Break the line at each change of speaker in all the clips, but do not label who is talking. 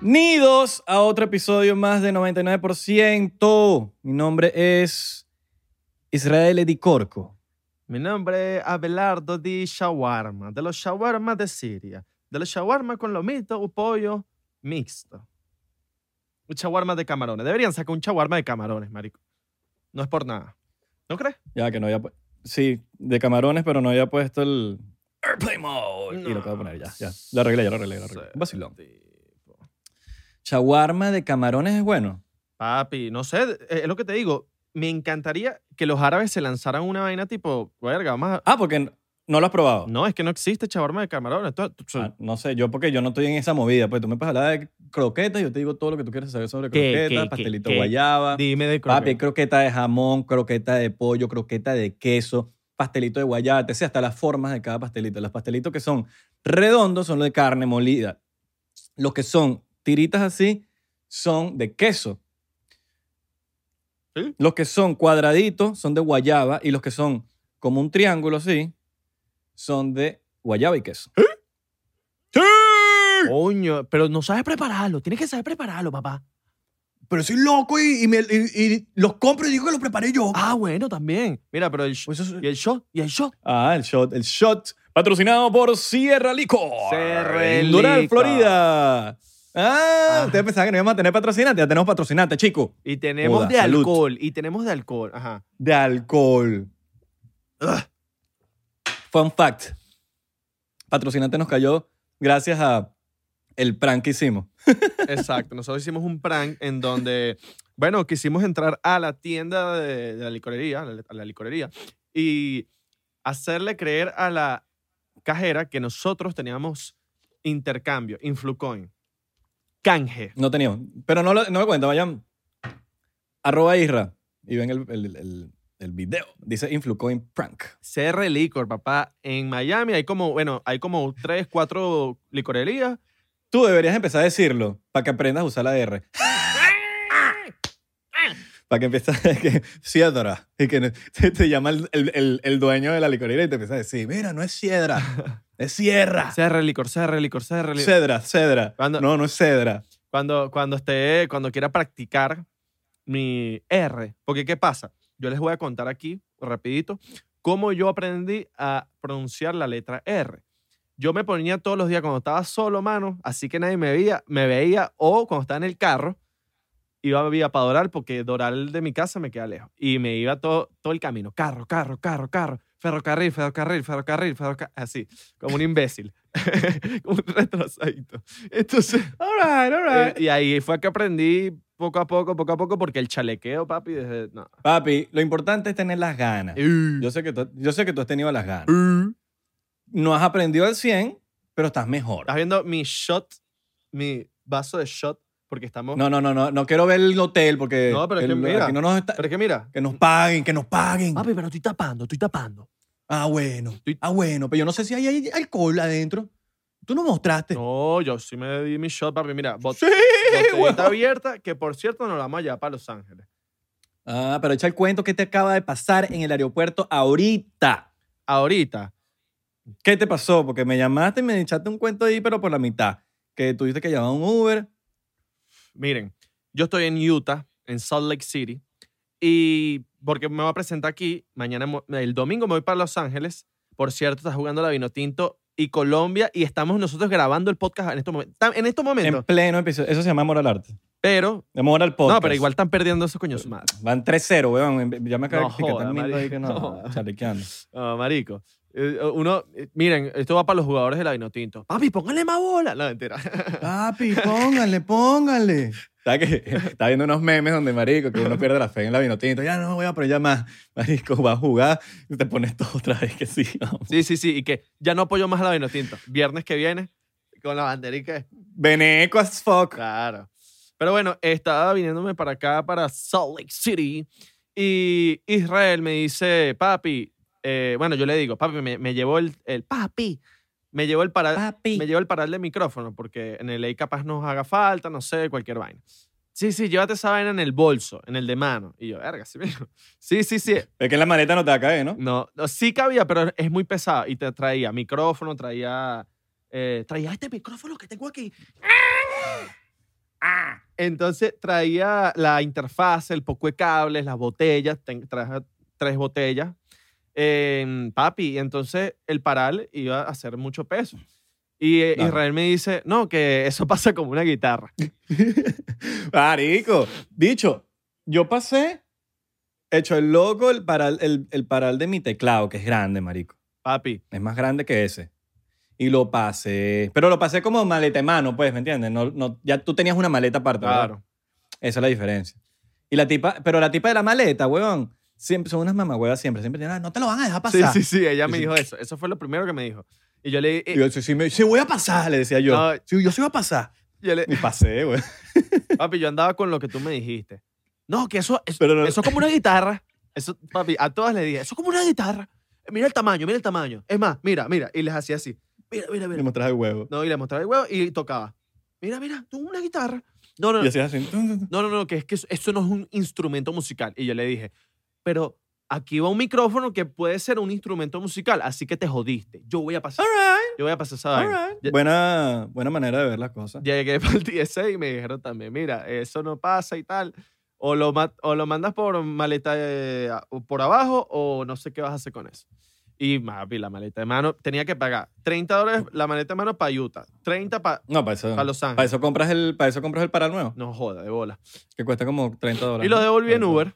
Bienvenidos a otro episodio más de 99%. Mi nombre es Israel Edicorco.
Mi nombre es Abelardo Di Shawarma, de los shawarma de Siria, de los shawarma con lomito o pollo mixto. Un shawarma de camarones. Deberían sacar un shawarma de camarones, marico. No es por nada. ¿No crees?
Ya que no había... pu- Sí, de camarones, pero no había puesto el... Airplay Mode. Y lo acabo de poner ya, ya. Lo arreglé, ya lo arreglé, lo arreglé. Un vacilón.
Tipo.
Chaguarma de camarones es bueno.
Papi, no sé, eh, es lo que te digo. Me encantaría que los árabes se lanzaran una vaina tipo, verga, vamos a...
Ah, porque n- no lo has probado.
No, es que no existe shawarma de camarones. Esto- esto-
Ah, no sé, yo porque yo no estoy en esa movida. Pues tú me puedes hablar de croquetas, yo te digo todo lo que tú quieres saber sobre
¿Qué,
croquetas,
qué, qué,
pastelito
qué?
guayaba.
Dime de
Papi, hay
croquetas.
croqueta de jamón, croqueta de pollo, croqueta de queso, pastelito de guayaba, te sé hasta las formas de cada pastelito. Los pastelitos que son redondos son los de carne molida. Los que son tiritas así son de queso.
¿Sí?
Los que son cuadraditos son de guayaba y los que son como un triángulo así son de guayaba y queso.
Coño, pero no sabes prepararlo. Tienes que saber prepararlo, papá.
Pero soy loco y, los compro y digo que los preparé yo.
Ah, bueno, también. Mira, pero el, sh-
pues
y el shot, y el shot.
Ah, el shot, el shot. Patrocinado por Sierra Licor.
Sierra
en Doral,
Licor.
Florida. Ah,
Ajá.
ustedes pensaban que no íbamos a tener patrocinante. Ya tenemos patrocinante, chico.
Y tenemos
Joda,
de
salud.
alcohol, y tenemos de alcohol. Ajá.
De alcohol.
Ugh.
Fun fact. Patrocinante nos cayó gracias a el prank que hicimos.
Exacto. Nosotros hicimos un prank en donde, bueno, quisimos entrar a la tienda de, de la licorería, a la, a la licorería, y hacerle creer a la cajera que nosotros teníamos intercambio, influcoin, canje.
No teníamos. Pero no lo, no lo cuenta, vayan. Arroba Isra. Y ven el, el- el- el video. Dice Influcoin Prank.
CR Licor, papá. En Miami hay como, bueno, hay como tres, cuatro licorerías.
Tú deberías empezar a decirlo para que aprendas a usar la R. Para que empieces a que Siedra. Y que no- te, te llama el, el- el- el dueño de la licorería y te empieza a decir, mira, no es Siedra, es Sierra.
CR Licor, CR Licor, CR Licor.
Cedra, Cedra.
Cuando-
No, no es Cedra.
cuando, cuando esté, cuando quiera practicar mi R. Porque, ¿qué pasa? Yo les voy a contar aquí, rapidito, cómo yo aprendí a pronunciar la letra R. Yo me ponía todos los días cuando estaba solo, mano, así que nadie me veía, me veía o cuando estaba en el carro, iba vía para Doral, porque Doral de mi casa me queda lejos. Y me iba todo, todo el camino, carro, carro, carro, carro, ferrocarril, ferrocarril, ferrocarril, ferrocarril, así, como un imbécil, como un retrasadito. Entonces,
All right, all
eh, y ahí fue que aprendí poco a poco, poco a poco, porque el chalequeo, papi, desde. No.
Papi, lo importante es tener las ganas. Yo sé, que tú, yo sé que tú has tenido las ganas. No has aprendido al 100, pero estás mejor.
Estás viendo mi shot, mi vaso de shot, porque estamos.
No, no, no, no. No quiero ver el hotel porque
No, pero es que
el-
mira.
aquí no nos está-
Pero es que mira.
que nos paguen, que nos paguen.
Papi, pero estoy tapando, estoy tapando.
Ah, bueno.
Estoy-
Ah, bueno. Pero yo no sé si hay, hay alcohol adentro. Tú no mostraste.
No, yo sí me di mi shot, papi. Mira, bot-
Sí,
botellita
huevón.
abierta, que por cierto nos la vamos allá para Los Ángeles.
Ah, pero echa el cuento que te acaba de pasar en el aeropuerto ahorita.
Ahorita,
¿Qué te pasó? Porque me llamaste y me echaste un cuento ahí, pero por la mitad. Que tuviste que llamar a un Uber.
Miren, yo estoy en Utah, en Salt Lake City, y porque me voy a presentar aquí, mañana, mo- el domingo me voy para Los Ángeles. Por cierto, está jugando la Vinotinto y Colombia, y estamos nosotros grabando el podcast en estos momentos. Tam- En estos
En
momentos,
pleno episodio. Eso se llama Moral Arte.
pero.
De Moral Podcast.
No, pero igual están perdiendo esos coños madre.
Van 3-0, weón. Ya me acabo
No
de etiquetar
joda,
mil ahí
marico.
que no.
No.
Chalequeando.
Ah, marico. Eh, Uno, eh, miren, esto va para los jugadores de la Vinotinto. Papi, póngale más bola. No, mentira.
Papi, póngale, póngale. Está que está viendo unos memes donde, marico, que uno pierde la fe en la vinotinto. Ya no voy a apoyar más. Marico, va a jugar y te pones todo otra vez que sí. vamos.
Sí, sí, sí. Y que ya no apoyo más a la Vinotinto. Viernes que viene, con la banderica.
Veneco as fuck.
Claro. Pero bueno, estaba viniéndome para acá, para Salt Lake City, y Israel me dice, papi, eh, bueno, yo le digo, papi, me, me llevó el, el- papi, me llevó el paral,
Papi.
me llevó el paral del micrófono, porque en el ley capaz nos haga falta, no sé, cualquier vaina. Sí, sí, llévate esa vaina en el bolso, en el de mano. Y yo, verga, sí mismo. Sí, sí, sí.
Es que en la maleta no te va a caer, ¿no?
No, no, sí cabía, pero es muy pesado. Y te traía micrófono, traía. eh, traía este micrófono que tengo aquí.
¡Ah!
Entonces traía la interfaz, el poco de cables, las botellas, ten- traje tres botellas. Eh, papi, entonces el paral iba a hacer mucho peso. Y eh,
Claro.
Israel me dice, no, que eso pasa como una guitarra.
Marico, dicho, yo pasé hecho el loco el paral, el, el paral de mi teclado, que es grande, marico.
Papi,
Es más grande que ese. Y lo pasé. Pero lo pasé como maleta en mano, pues, ¿me entiendes? No, no, ya tú tenías una maleta aparte, ¿verdad?
claro.
Esa es la diferencia. Y la tipa, pero la tipa de la maleta, huevón, siempre, son unas mamagüedas siempre. Siempre tienen, "Ah, no te lo van a dejar
Sí,
pasar.
sí, sí, ella
Sí,
me
sí.
dijo eso. Eso fue lo primero que me dijo. Y yo le, eh,
Y yo, sí, sí, me- sí, voy a pasar, le decía yo.
Ay.
Sí, yo sí voy a pasar.
yo le-
Y pasé, güey.
papi, yo andaba con lo que tú me dijiste. No, que eso, eso,
Pero no-
eso es como una guitarra. Eso, papi, a todas le dije, eso es como una guitarra. Mira el tamaño, mira el tamaño. Es más, mira, mira. Y les hacía así. Mira, mira,
Le
mira.
mostraba el huevo.
No, y le mostraba el huevo y tocaba. Mira, mira, tú una guitarra. No, no,
Y
no,
hacías así. "Tun, tun, tun".
no, no, no, que es que eso- eso no es un instrumento musical. Y yo le dije, pero aquí va un micrófono que puede ser un instrumento musical, así que te jodiste. Yo voy a pasar,
All right,
yo voy a pasar esa
all
vaina.
right.
Ya-
Buena, buena manera de ver las cosas.
Llegué para el TSA y me dijeron también, mira, eso no pasa y tal. O lo, ma- o lo mandas por maleta eh, a- o por abajo o no sé qué vas a hacer con eso. Y papi, la maleta de mano tenía que pagar 30 dólares la maleta de mano para Utah, 30 para
No, para Ah, eso.
Los
Para
Ángeles.
eso compras el, para eso compras el paral nuevo,
No joda, de bola.
que cuesta como 30 dólares.
Y lo
¿no?
devolví en
Por eso.
Uber.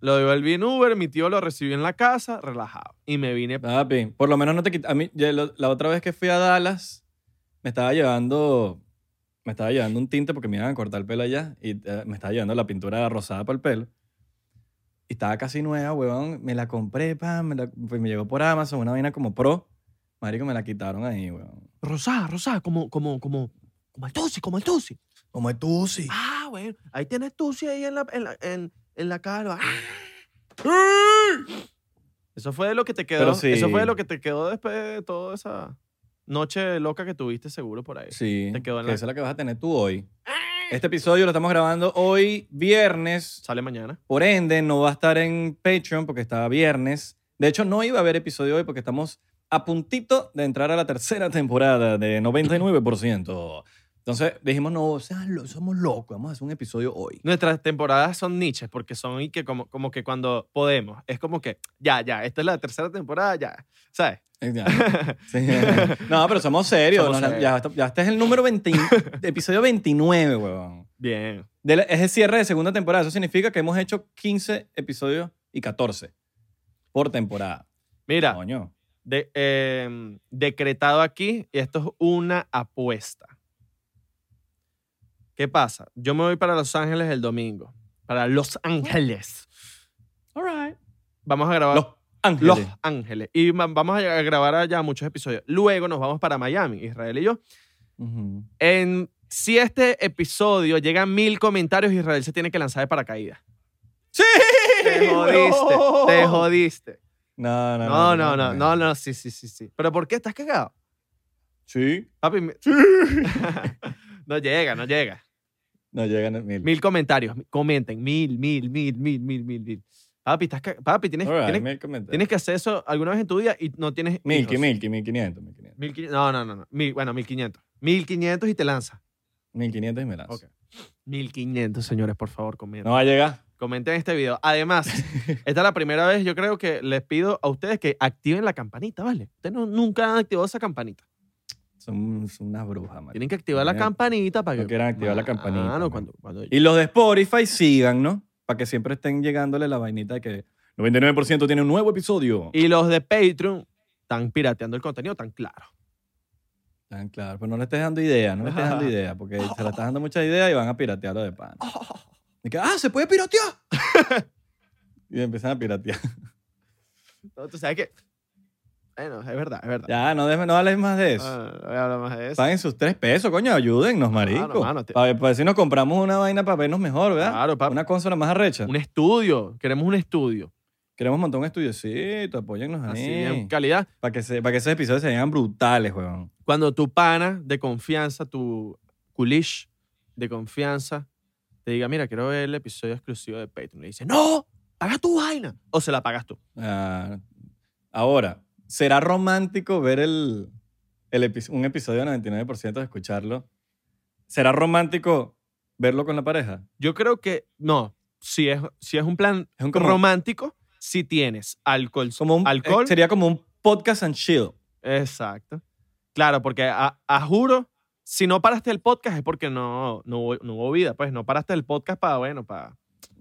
Lo devolví en Uber, mi tío lo recibió en la casa, relajado. Y me vine.
Papi, por lo menos no te quita. A mí, ya lo- la otra vez que fui a Dallas, me estaba llevando. Me estaba llevando un tinte porque me iban a cortar el pelo allá. Y eh, me estaba llevando la pintura rosada para el pelo. Y estaba casi nueva, huevón. Me la compré, pam. Me, la- pues me llegó por Amazon, una vaina como pro. Marico, me la quitaron ahí, huevón.
Rosada, rosada, como, como, como, como el Tusi, como el Tusi.
Como es tú, sí.
Ah, bueno, ahí tienes Tusi ahí en la, en la, en, en la calva. ¡Ah! Eso fue de lo que te quedó.
Pero sí.
Eso fue de lo que te quedó después de toda esa noche loca que tuviste seguro por ahí.
Sí.
Te quedó en
que
la-
Esa es la que vas a tener tú hoy. Este episodio lo estamos grabando hoy, viernes.
Sale mañana.
Por ende, no va a estar en Patreon porque está viernes. De hecho, no iba a haber episodio hoy porque estamos a puntito de entrar a la tercera temporada de 99%. Entonces dijimos, no, seas lo- somos locos, vamos a hacer un episodio hoy.
Nuestras temporadas son niches porque son y que como, como que cuando podemos. Es como que, ya, ya, esta es la tercera temporada, ya. ¿Sabes?
Eh, ya. Sí. No, pero somos serios.
Somos
no, no, Ya, ya este es el número 20, episodio 29, huevón.
Bien.
De la- es el cierre de segunda temporada. Eso significa que hemos hecho 15 episodios y 14 por temporada.
Mira,
Coño.
de- em, decretado aquí, y esto es una apuesta. ¿Qué pasa? Yo me voy para Los Ángeles el domingo. Para Los Ángeles.
All right.
Vamos a grabar.
Los
Los
Ángeles.
Ángeles. Y ma- vamos a grabar allá muchos episodios. Luego nos vamos para Miami, Israel y yo.
Ujú.
En, si este episodio llega a mil comentarios, Israel se tiene que lanzar de paracaídas.
¡Sí!
Te jodiste,
huevón!
te jodiste. Ah,
No, no,
No, no, no, no, no, sí, sí, sí, sí. ¿Pero por qué estás cagado?
Sí.
Papi, me- no llega, no llega.
No llegan a mil.
Mil comentarios, comenten, mil, mil, mil, mil, mil, mil, mil. Papi, estás ca- Papi, tienes,
All right,
tienes,
mil comentarios.
tienes que hacer eso alguna vez en tu vida y no tienes
Milky,
hijos.
Milky, 1500, 1500.
Mil quin- no, no, no. no. Mil- bueno, 1500. 1500 y te lanza.
1500 y me lanzo.
Ok. 1500, señores, por favor, comenten.
No va a llegar.
Comenten este video. Además, esta es la primera vez, yo creo que les pido a ustedes que activen la campanita, ¿vale? Ustedes no- nunca han activado esa campanita.
Son, son unas brujas, man.
Tienen que activar la
Mira,
campanita para que.
no quieran activar la campanita,
Mano,
man.
cuando, cuando-
Y los de Spotify sigan, ¿no? Para que siempre estén llegándole la vainita de que 99% tiene un nuevo episodio.
Y los de Patreon están pirateando el contenido tan claro.
Tan claro, pues no le estés dando idea, no le estés dando idea, porque se la estás dando mucha idea y van a piratearlo de pan. Y que, ah, se puede piratear. y empiezan a piratear.
No, Tú sabes que. Bueno, es verdad, es verdad.
Ya, no, dejes- no hables más de eso.
Ah, no voy a hablar más de eso.
Paguen sus tres pesos, coño, ayúdennos, marico.
mano, te- Ah,
Para ver, pa' ver si nos compramos una vaina para vernos mejor, ¿verdad?
Claro, papi.
Una consola más arrecha.
Un estudio. Queremos un estudio.
Queremos montar un estudiocito, apóyennos
Así,
ahí.
en calidad.
Para que, se- pa' que esos episodios se vean brutales, weón.
Cuando tu pana de confianza, tu culish de confianza, te diga, mira, quiero ver el episodio exclusivo de Patreon. Le dice, no, paga tu vaina. O se la pagas tú.
Ah, ahora, ¿será romántico ver el, el epi- un episodio 99% de escucharlo ¿Será romántico verlo con la pareja?
Yo creo que no. Si es, si es un plan
Es un como,
romántico, si tienes alcohol.
como un-
alcohol.
eh, sería como un podcast and chill.
Exacto. Claro, porque a, a juro, si no paraste el podcast es porque no, no, hubo- no hubo vida. Pues no paraste el podcast para, bueno, para.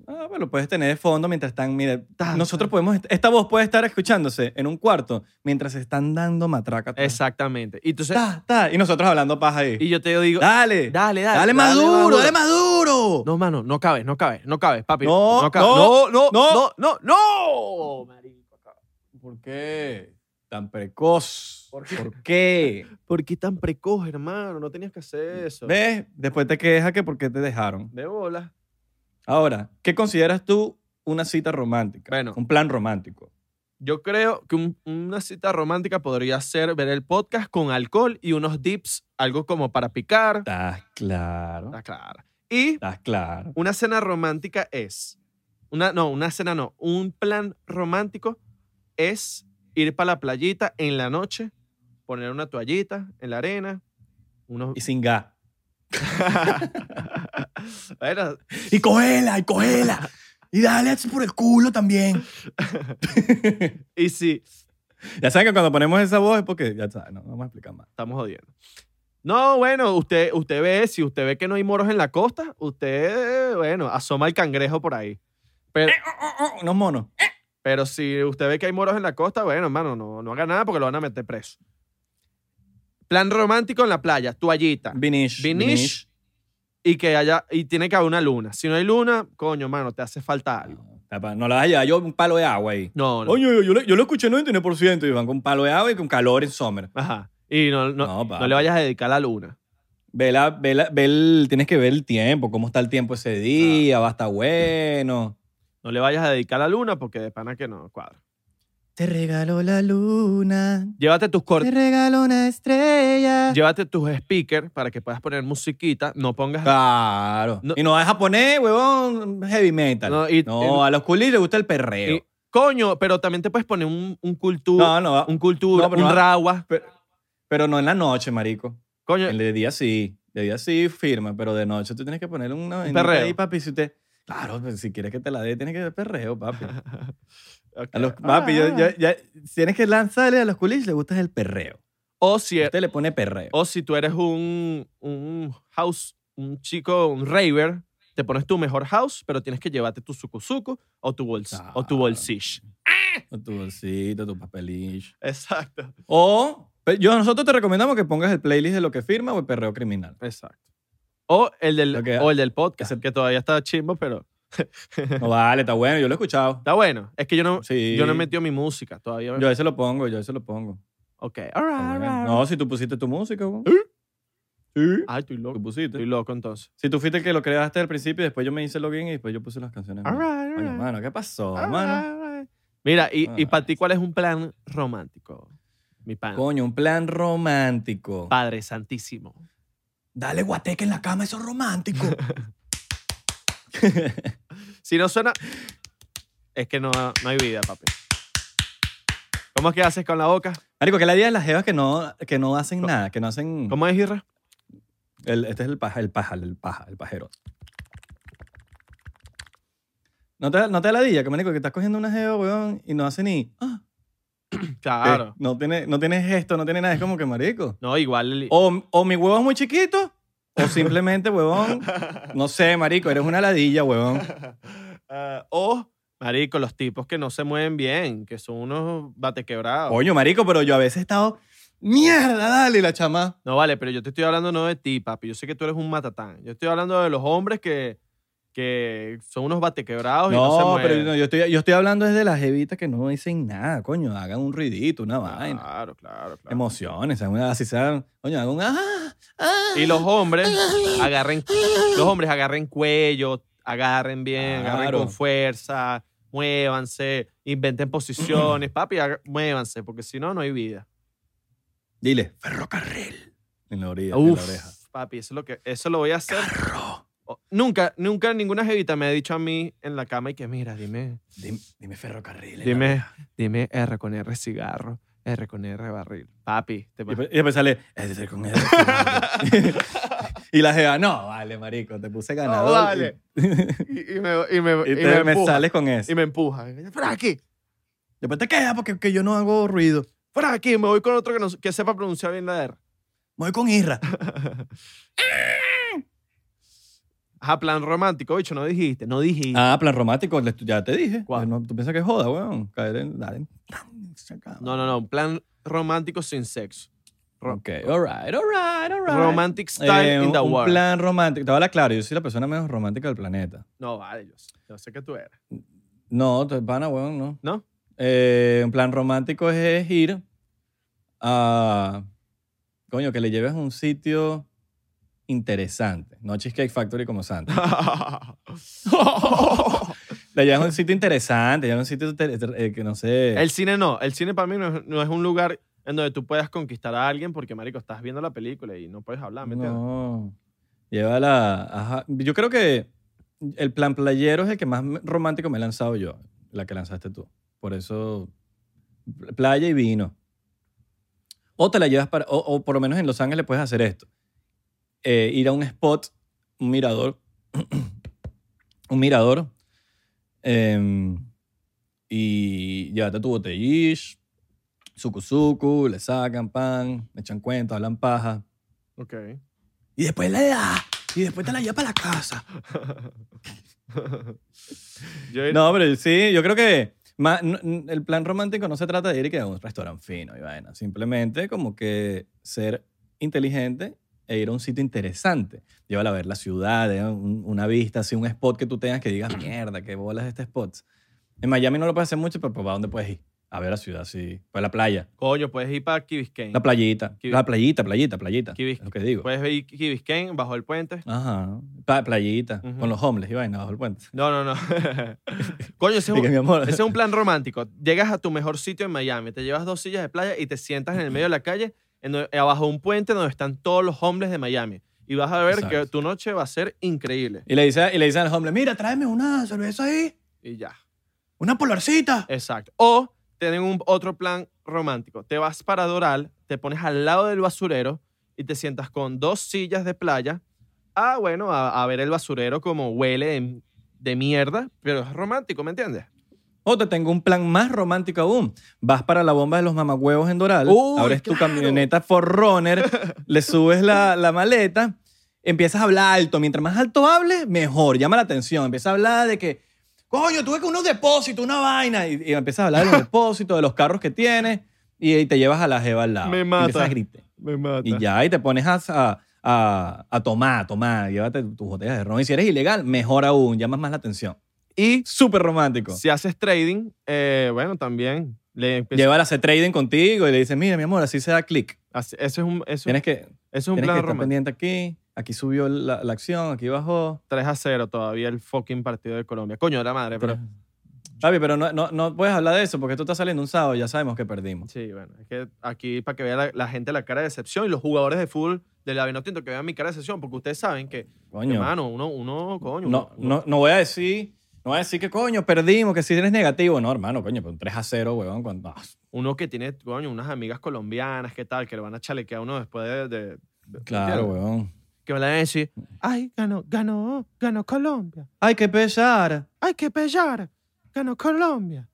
Ah, bueno, puedes tener de fondo mientras están. Mira,
Ta,
nosotros
ta.
podemos. Esta voz puede estar escuchándose en un cuarto mientras se están dando matraca. atrás.
Exactamente. Y entonces,
Ta, ta, y nosotros hablando paja ahí.
y yo te digo,
dale, dale,
dale, dale.
más duro, dale más duro.
No, mano, no cabes, no cabes, no cabes, papi.
No,
cabes.
no,
no, no,
no.
no, no, no, marico.
¿Por qué? Tan precoz.
¿Por qué?
¿Por qué?
¿Por qué tan precoz, hermano? No tenías que hacer eso.
¿Ves? Después te quejas que por qué te dejaron.
De bola.
Ahora, ¿qué consideras tú una cita romántica?
Bueno.
Un plan romántico.
Yo creo que un- una cita romántica podría ser ver el podcast con alcohol y unos dips, algo como para picar.
Estás claro.
Está Ah, claro. Y
Estás claro.
una cena romántica es. Una, no, una cena no. Un plan romántico es ir para la playita en la noche, poner una toallita en la arena, unos.
Y sin gas.
Bueno,
Y cogela, y cogela. Y dale por el culo también.
y si
ya saben que cuando ponemos esa voz es porque, ya saben, no vamos a explicar más.
estamos jodiendo. No, bueno, usted, usted ve, si usted ve que no hay moros en la costa, usted, bueno, asoma el cangrejo por ahí. Pero,
Ah, Unos monos.
pero si usted ve que hay moros en la costa, bueno, hermano, no, no haga nada porque lo van a meter preso. Plan romántico en la playa, toallita,
Vinish.
vinish, y que haya, y tiene que haber una luna. Si no hay luna, coño, mano, te hace falta algo.
Tapa, No la vas a llevar yo un palo de agua ahí.
No, no.
Oye, yo, yo, lo- yo lo escuché 99% y van con palo de agua y con calor en summer.
Ajá. Y no, no,
No,
no,
papi.
le vayas a dedicar la luna.
Ve la- ve la- ve el- tienes que ver el tiempo, cómo está el tiempo ese día, va a estar bueno.
No le vayas a dedicar la luna porque de pana que no cuadra.
Te regaló la luna,
Llévate tus cortes.
regaló una estrella.
Llévate tus speakers para que puedas poner musiquita. No pongas.
Claro.
No-
Y no vas a poner, huevón, heavy metal. No,
No, y- y-
a los culis les gusta el perreo.
y- coño, pero también te puedes poner un, un
no,
cultura,
no,
un cultura,
No, pero
un
no-
rawa.
pero no en la noche, marico.
Coño,
El de día sí, de día sí firma, pero de noche tú tienes que poner una vainita
perreo.
ahí, papi. Si usted, claro, pues, si quieres que te la dé, tienes que dar perreo, papi.
ok.
A los, papi, yo-
Ah.
yo- ya- tienes que lanzarle a los culis, le gusta el perreo.
O si,
Usted le pone perreo.
o si tú eres un, un house, un chico, un raver, te pones tu mejor house, pero tienes que llevarte tu sucuzuco o tu bols, o tu
Claro.
bolsish. Oh.
O tu bolsito, tu papelillo.
Exacto.
O pe- yo, nosotros te recomendamos que pongas el playlist de lo que firma o el perreo criminal.
Exacto. O el del,
Lo que-
o el del podcast,
ese-
que todavía está chimbo, pero
No vale, está bueno, yo lo he escuchado.
está bueno. Es que yo no,
Sí.
yo no he metido mi música todavía.
Yo ese lo pongo, yo ese lo pongo.
Ok, all right,
Está bueno.
all right, all right.
No, si tú pusiste tu música, weón. Sí.
Ay, estoy
Tú
loco.
pusiste.
Estoy loco entonces.
Si tú fuiste el que lo creaste al principio, después yo me hice login y después yo puse las canciones.
All
mías.
right, all
Coño,
right,
mano, ¿qué pasó,
all
mano?
right, all right. Mira, y,
All
y para
right.
ti, ¿cuál es un plan romántico? Mi pan.
Coño, un plan romántico.
Padre Santísimo.
Dale guateque en la cama, eso es romántico.
Si no suena, es que no, no hay vida, papi. ¿Cómo es que haces con la boca?
Marico, que la idea de las jevas que no, que no hacen
Co-
nada, que no hacen...
¿Cómo es, Irra?
El- este es el paja, el paja, el paja, el pajero. ¿No te, no te ladilla, que marico, que estás cogiendo una jeva, weón, y no hace ni... ah, que
Claro.
Eh, No tiene, no tiene gesto, no tiene nada, es como que marico.
No, igual. el-
O, o mi huevo es muy chiquito, o simplemente, huevón, no sé, marico, eres una ladilla, huevón.
Ah, o, marico, los tipos que no se mueven bien, que son unos batequebrados.
Coño, marico, pero yo a veces he estado... ¡Mierda, dale, la chama!
No vale, pero yo te estoy hablando no de ti, papi. Yo sé que tú eres un matatán. Yo estoy hablando de los hombres que, que son unos batequebrados y no se
No,
mueven.
pero yo, no, yo estoy, yo estoy hablando es de las jevitas que no dicen nada, coño. Hagan un ruidito, una vaina.
Claro, claro, claro.
Emociones, sean una- así sean. Coño, hagan un. ah, ah.
Y los hombres agarren, los hombres agarren cuello, agarren bien, agarren
Claro.
con fuerza, muévanse, inventen posiciones, papi, aga- muévanse, porque si no, no hay vida.
Dile, ferrocarril. En la orilla, en la oreja.
Uf, papi, eso es lo que, eso lo voy a hacer.
Carro.
Oh, Nunca, nunca ninguna jevita me ha dicho a mí en la cama y que mira, dime,
Dime, dime ferrocarril. en la
Dime,
oreja.
dime R con R cigarro, R con R barril. Papi, te
pues Y después- Y después sale. "Es de ser con él". Y la jeva, no, vale, marico, te puse ganador.
No, vale. Y, y me, y me,
Y, te-
y me
me,
empuja.
sales con eso.
y me empuja. Y me dice, "Fuera aquí,
Después te quedas porque que yo no hago ruido.
fuera aquí. Me voy con otro que, no- que sepa pronunciar bien la R.
Me voy con Isra.
Ajá, plan romántico, bicho, no dijiste, no dijiste.
Ah, plan romántico, le- ya te dije.
¿Cuál?
No, tú piensas que es joda, weón. Caer en. Dale. Se acaba.
No, no, no, un plan romántico sin sexo. Ro-
Ok, alright, alright, alright.
Romantic style
Eh,
in the
un
world.
plan romántico. Te voy a hablar claro, yo soy la persona menos romántica del planeta.
No, vale, yo sé, yo sé que tú eres.
No, te pana, weón, no.
¿No?
Eh, un plan romántico es, es ir a. Coño, que le lleves a un sitio interesante. No Cheesecake Factory como Santa. Le llevas a un sitio interesante, le llevas a un sitio inter- eh, que no sé.
el cine no, el cine para mí no es, no es un lugar en donde tú puedas conquistar a alguien porque, marico, estás viendo la película y no puedes hablar, ¿me entiendes?
No. Llévala. Ajá. Yo creo que el plan playero es el que más me- romántico me he lanzado yo, la que lanzaste tú. Por eso, playa y vino. O te la llevas para. O, o por lo menos en Los Ángeles puedes hacer esto: Eh, ir a un spot, un mirador. un mirador. em, y llévate tu botellish, suku le sacan pan, le echan cuenta, hablan paja.
Ok.
Y después le da. Y después te la lleva para la casa.
Yo ir-
No, pero sí, yo creo que ma- n- n- el plan romántico no se trata de ir y que a un restaurante fino y vaina. Simplemente como que ser inteligente e ir a un sitio interesante. Llévala a ver la ciudad, eh, un- una vista, así un spot que tú tengas que digas, mierda, qué bolas este spot. En Miami no lo puedes hacer mucho, pero ¿para dónde puedes ir? A ver la ciudad, sí. Pues la playa.
Coño, puedes ir para Key Biscayne.
La playita.
Qué-
La playita, playita, playita.
Qué Pues bis-
Es lo que digo.
Puedes ir Key Biscayne bajo el puente.
Ajá. Pa- playita.
Ujú.
Con los homeless y vaina bajo el puente.
No, no, no. Coño, ese es
Y que,
un-
mi amor.
Ese es un plan romántico. Llegas a tu mejor sitio en Miami, te llevas dos sillas de playa y te sientas en el medio de la calle, en do- abajo de un puente donde están todos los hombres de Miami. Y vas a ver que
Exacto.
tu noche va a ser increíble.
Y le dice, y le dice al hombre, mira, tráeme una cerveza ahí,
Y ya.
una polarcita.
Exacto. O tienen un, otro plan romántico. Te vas para Doral, te pones al lado del basurero y te sientas con dos sillas de playa. Ah, bueno, a, a ver el basurero como huele de, de mierda, pero es romántico, ¿me entiendes?
O "Oh, te tengo un plan más romántico aún. Vas para la bomba de los mamagüevos en Doral,
Uy,
abres tu
claro.
camioneta Forerunner, le subes la, la maleta, empiezas a hablar alto. Mientras más alto hables, mejor, llama la atención. Empiezas a hablar de que, coño, tuve que unos depósitos, una vaina. Y, y empiezas a hablar de los depósitos, de los carros que tienes, y, y te llevas a la jeva al lado.
Me
Y
mata.
Empiezas a gritar.
Me mata.
Y ya, y te pones a, a, a- a tomar, a tomar. Llévate tus botellas de ron. Y si eres ilegal, mejor aún, llamas más la atención.
Y
Súper romántico.
Si haces trading, eh, bueno, también. Le empieza-
Llévala a hacer trading contigo y le dices, mira, mi amor, así se da clic.
hace- eso es un, eso,
Tienes que,
eso es un
tienes que
plan
estar
romántico.
pendiente aquí. Aquí subió la, la acción, aquí bajó.
3 a 0 todavía el fucking partido de Colombia. Coño de la madre, pero.
Papi, pero no, no, no puedes hablar de eso porque esto está saliendo un sábado, ya sabemos que perdimos.
Sí, bueno, es que aquí para que vea la, la gente la cara de decepción y los jugadores de fútbol de la Vinotinto que vean mi cara de decepción, porque ustedes saben que,
Coño.
hermano, uno, uno, coño.
No,
uno-
no, no voy a decir, no voy a decir que coño, perdimos, que si eres negativo. No, hermano, coño, pero un 3 a 0, huevón. Cuando, ah,
Uno que tiene, coño, unas amigas colombianas, ¿qué tal? Que le van a chalequear a uno después de. de- de-
claro, Mm.
¿entiendes?
huevón.
Que me la van a decir, ay, ganó, ganó, ganó Colombia.
Ay, qué pesar.
¡Hay que pelear! ¡Ganó Colombia!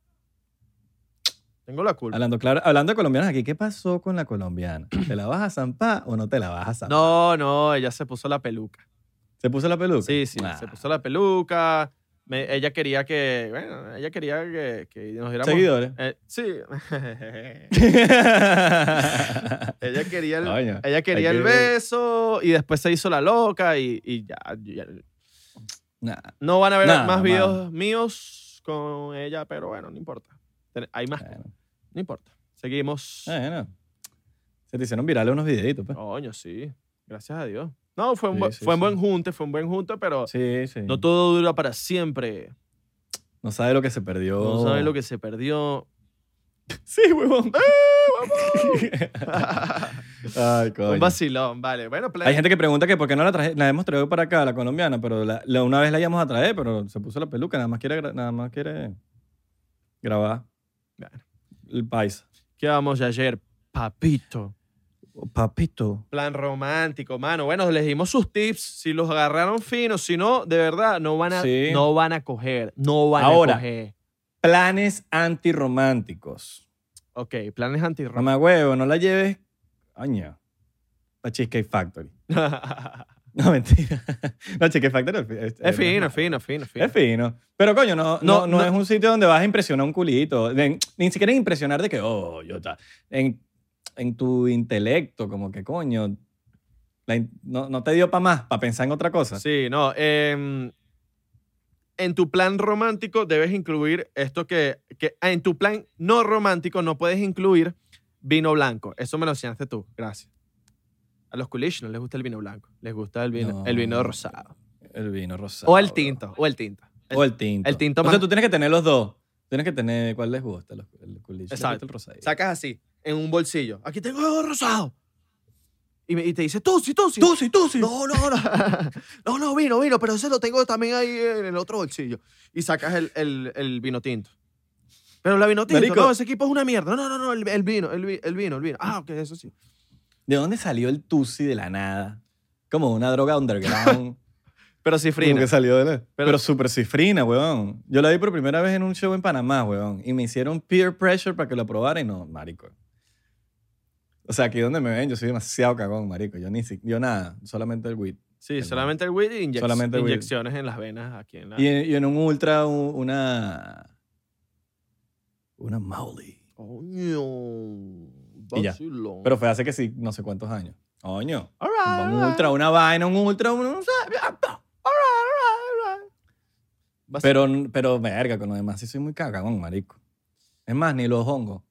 Tengo la culpa.
Hablando, claro, hablando de colombianas aquí, ¿qué pasó con la colombiana? ¿Te la vas a zampar o no te la vas a zampar?
No, no, ella se puso la peluca.
¿Se puso la peluca?
Sí, sí,
Ah.
se puso la peluca. Me- ella quería que, bueno, ella quería que, que nos diéramos...
Seguidores.
Eh, sí. ella quería eh, el,
Coño,
ella quería
hay
el
que-
beso y después se hizo la loca y, y ya, ya.
Nah.
No van a ver
Nada,
más videos míos con ella, pero bueno, no importa. Ten- Hay más,
Bueno,
no importa. Seguimos.
bueno. Se te hicieron virales unos videitos, Eh, pues.
Coño, sí. Gracias a Dios. No, fue un, bu-
Sí, sí,
fue un
sí.
buen junte, fue un buen junte, pero
Sí, sí.
no todo dura para siempre.
No sabe lo que se perdió.
No sabes lo que ¡Eh, se perdió.
Sí, huevón. Ay,
un
coño.
vacilón, vale. Bueno, plan-
Hay gente que pregunta que por qué no la, traje- la hemos traído para acá, la colombiana, pero la, la- una vez la íbamos a traer, pero se puso la peluca, nada más quiere, gra- nada más quiere grabar.
Bueno.
El país.
¿qué vamos a hacer, papito?
Papito.
Plan romántico, mano. Bueno, les dimos sus tips. Si los agarraron finos, si no, de verdad, no van a,
Sí.
no van a coger. No van
Ahora.
a coger.
Planes antirrománticos.
Ok, planes antirrománticos.
Mamá huevo, no la lleves. Aña. A Cheesecake Factory. No, mentira. No, Cheesecake Factory es, es-
es fino,
normal.
es fino, es fino, es fino.
Es fino. Pero coño, no, no,
No,
no
no.
es un sitio donde vas a impresionar un culito. De- ni siquiera es impresionar de que, oh, yo ta- En, en tu intelecto, como que coño. la in- no, no te dio para más, para pensar en otra cosa.
Sí, no. em, en tu plan romántico debes incluir esto que, que- ah, en tu plan no romántico no puedes incluir vino blanco. Eso me lo enseñaste tú. Gracias. A los culish no les gusta el vino blanco. Les gusta el vino, el vino
No.
rosado.
El vino rosado.
O el
bro.
tinto. O el tinto.
O el tinto.
el tinto
O sea,
más-
tú tienes que tener los dos. Tienes que tener cuál les gusta, los- el culichi. les gusta
Exacto.
el rosadito.
Sacas así, en un bolsillo. Aquí tengo el rosado. Y, me- y te dice, tú sí, tú sí.
Tú sí, tú sí.
No, no, no. No, no, vino, vino, pero ese lo tengo también ahí en el otro bolsillo. Y sacas el, el, el vino tinto. Pero la vino tinto,
Marico.
no, ese equipo es una mierda. No, no, no, el, el vino, el, vi- el vino, el vino. Ah, ok, eso sí.
¿De dónde salió el tusi de la nada? Como una droga underground.
Pero
Como
cifrina.
que salió de la- Pero,
Pero
super cifrina, weón. Yo la vi por primera vez en un show en Panamá, weón. Y me hicieron peer pressure para que lo probara y no, marico. O sea, aquí donde me ven, yo soy demasiado cagón, marico. Yo ni si- yo nada, solamente el weed.
Sí, solamente el weed y inyec-
Solamente el weed.
inyecciones en las venas aquí en la...
Y, en, y en un ultra, u- una. Una Mauli.
Coño,
Y ya.
vacilón.
Pero fue hace que sí, no sé cuántos años. Coño.
All right, all
Un
right.
ultra, una vaina, un ultra, un. un-
Vas-
Pero, pero, verga, con lo demás sí soy muy cagón, marico. Es más, ni los hongos.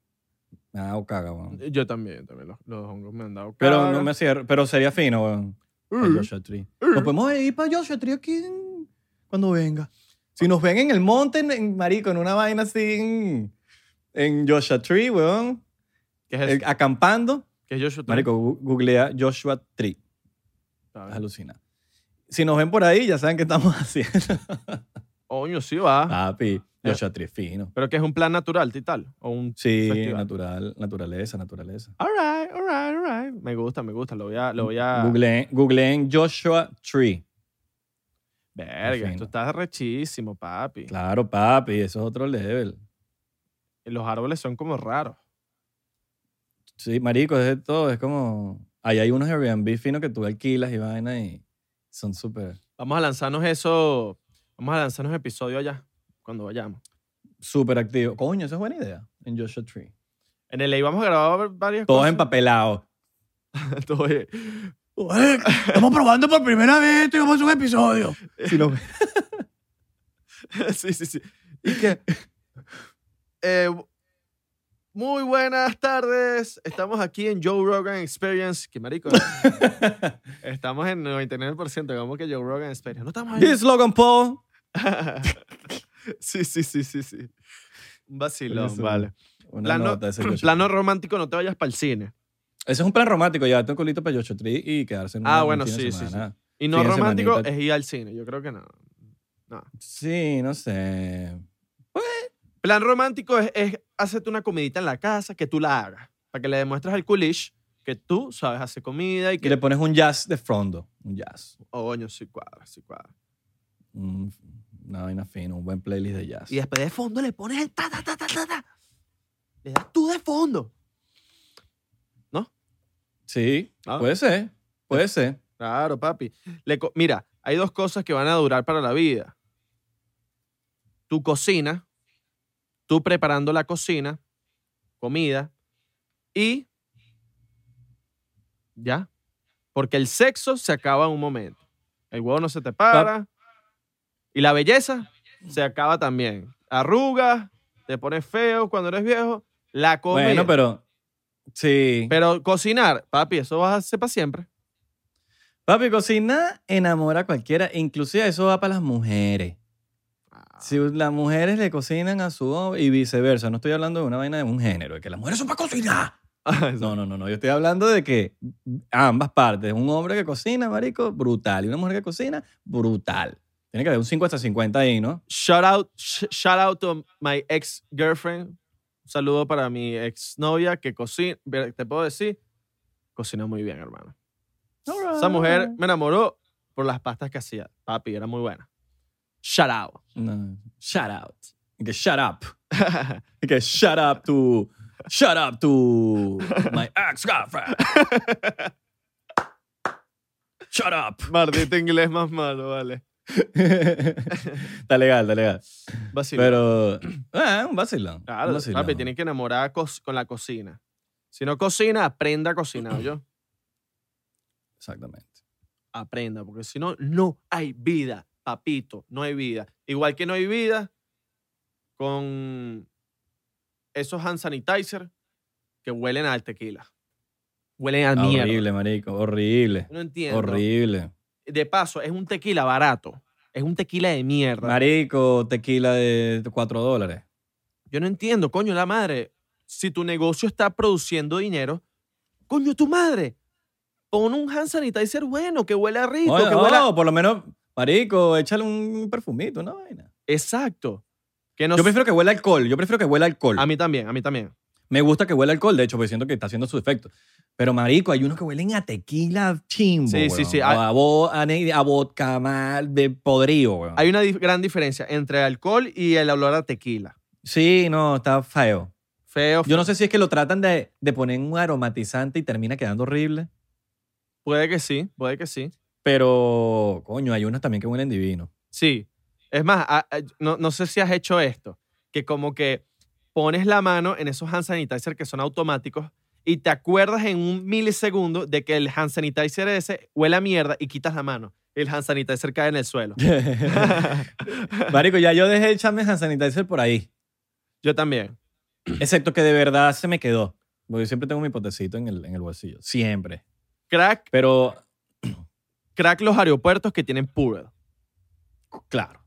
Me ha dado caga, weón.
Yo también, también. Los, los hongos me han dado
Pero
cara.
no me cierro. Pero sería fino, weón. pa'
Mm.
Joshua Tree. Nos podemos ir para Joshua Tree aquí en- cuando venga. Si nos ven en el monte, en, en- marico, en una vaina así en, en Joshua Tree, weón.
¿Qué es
eh,
eso?
acampando.
¿Qué es Joshua Tree?
Marico, gu- googlea Joshua Tree.
A ver.
Alucina. Si nos ven por ahí, ya saben qué estamos haciendo.
Coño, sí va.
Papi, Joshua Tree es fino.
Pero que es un plan natural, tal O un.
Sí,
Festival.
natural, naturaleza, naturaleza.
Alright, alright, alright. Me gusta, me gusta. Lo voy a. Lo voy a...
Googleen, googleen Joshua Tree.
Verga,
Fino.
esto está rechísimo, papi.
Claro, papi, eso es otro level.
Los árboles son como raros.
Sí, marico, es de todo. Es como. Ahí hay unos Airbnb finos que tú alquilas y vaina y son súper,
Vamos a lanzarnos eso. Vamos a lanzarnos episodio allá, cuando vayamos.
súper activos. Coño, esa es buena idea. En Joshua Tree.
En el vamos a grabar varias
Todos
cosas.
empapelados.
Todo bien.
Estamos probando por primera vez esto y vamos a hacer un episodio.
sí, sí, sí. Y que. eh, muy buenas tardes. Estamos aquí en Joe Rogan Experience. Que marico. Estamos en 99%, como que Joe Rogan Experience. No estamos ahí.
This Logan Paul.
sí, sí, sí, sí, sí. Un vacilón,
Eso.
vale.
Una
Plano,
nota ese Joshua
plano romántico, no te vayas para el cine.
Tree. Ese es un plan romántico, llevarte un culito para Joshua Tree y quedarse en una-
Ah,
un
bueno,
fin de
sí, sí,
semana.
Y no
Fin de
romántico
semanita.
es ir al cine, yo creo que no.
Sí, no sé.
Plan romántico es, es hacerte una comidita en la casa, que tú la hagas, para que le demuestres al culish que tú sabes hacer comida y
Y
que...
le pones un jazz de fondo. Un jazz.
Oño, sí cuadra, sí cuadra.
Un- una vaina fina, un buen playlist de jazz.
Y después de fondo le pones el ta, ta, ta, ta, ta, ta. Le das tú de fondo.
Sí,
Ah.
puede ser, puede ser.
Claro, papi. Le co- Mira, hay dos cosas que van a durar para la vida. Tu cocina, tú preparando la cocina, comida, y ya. Porque el sexo se acaba en un momento. El huevo no se te para. Y la belleza se acaba también. Arrugas, te pones feo cuando eres viejo. La comida.
Bueno,
pero...
pero sí.
cocinar, papi, eso vas a hacer para siempre.
Papi, cocina enamora a cualquiera, inclusive eso va para las mujeres.
Ah.
Si las mujeres le cocinan a su hombre y viceversa, no estoy hablando de una vaina de un género, de que las mujeres son para cocinar.
Ah,
No, no, no, no, yo estoy hablando de que ambas partes, un hombre que cocina, marico, brutal, y una mujer que cocina, brutal. Tiene que haber un 5 hasta 50 ahí, ¿no?
shout out, sh- shout out to my ex girlfriend. Un saludo para mi ex novia que cocina. Ver, Te puedo decir, Cocina muy bien, hermano. Esa
Ah.
mujer me enamoró por las pastas que hacía. Papi, era muy buena. Shout out.
No. Shout out. Y Que shut up. Y Que shut up to. Shut up to. My ex-girlfriend. Shut up.
Maldito inglés más malo, vale.
está legal, está legal.
Vacilo.
Pero. eh, un vacilón.
Claro,
un vacilón.
papi, tienen que enamorar cos- con la cocina. Si no cocina, aprenda a cocinar, yo.
Exactamente.
Aprenda, porque si no, no hay vida, papito, no hay vida. Igual que no hay vida con esos hand sanitizer que huelen al tequila. Huelen al mierda.
horrible, marico. Horrible.
No entiendo.
Horrible.
De paso, es un tequila barato. Es un tequila de mierda.
Marico, tequila de 4 dólares.
Yo no entiendo, coño, la madre. Si tu negocio está produciendo dinero, coño, tu madre. Pon un hand sanitizer bueno, que huela rico,
Oye,
que
no,
huela.
por lo menos, marico, échale un perfumito, una vaina.
Exacto. Que no
Yo prefiero que huela alcohol. Yo prefiero que huela alcohol.
A mí también, a mí también.
Me gusta que huela alcohol, de hecho, porque siento que está haciendo su efecto. Pero, marico, hay unos que huelen a tequila chimbo,
Sí, sí,
weón.
sí.
O A, vo- a, ne- a vodka mal de podrido, weón.
Hay una dif- gran diferencia entre alcohol y el olor a tequila.
Sí, no, está feo.
Feo,
Yo no sé si es que lo tratan de, de poner un aromatizante y termina quedando horrible.
puede que sí, puede que sí.
Pero, coño, hay unos también que huelen divino.
Sí. Es más, a- a- no, no sé si has hecho esto, que como que pones la mano en esos hand sanitizer que son automáticos y te acuerdas en un milisegundo de que el hand sanitizer ese huele a mierda y quitas la mano. El hand sanitizer cae en el suelo.
marico, ya yo dejé echarme hand sanitizer por ahí.
Yo también.
Excepto que de verdad se me quedó. Porque yo siempre tengo mi potecito en el, en el bolsillo. Siempre.
Crack,
Pero,
crack los aeropuertos que tienen Purell.
claro,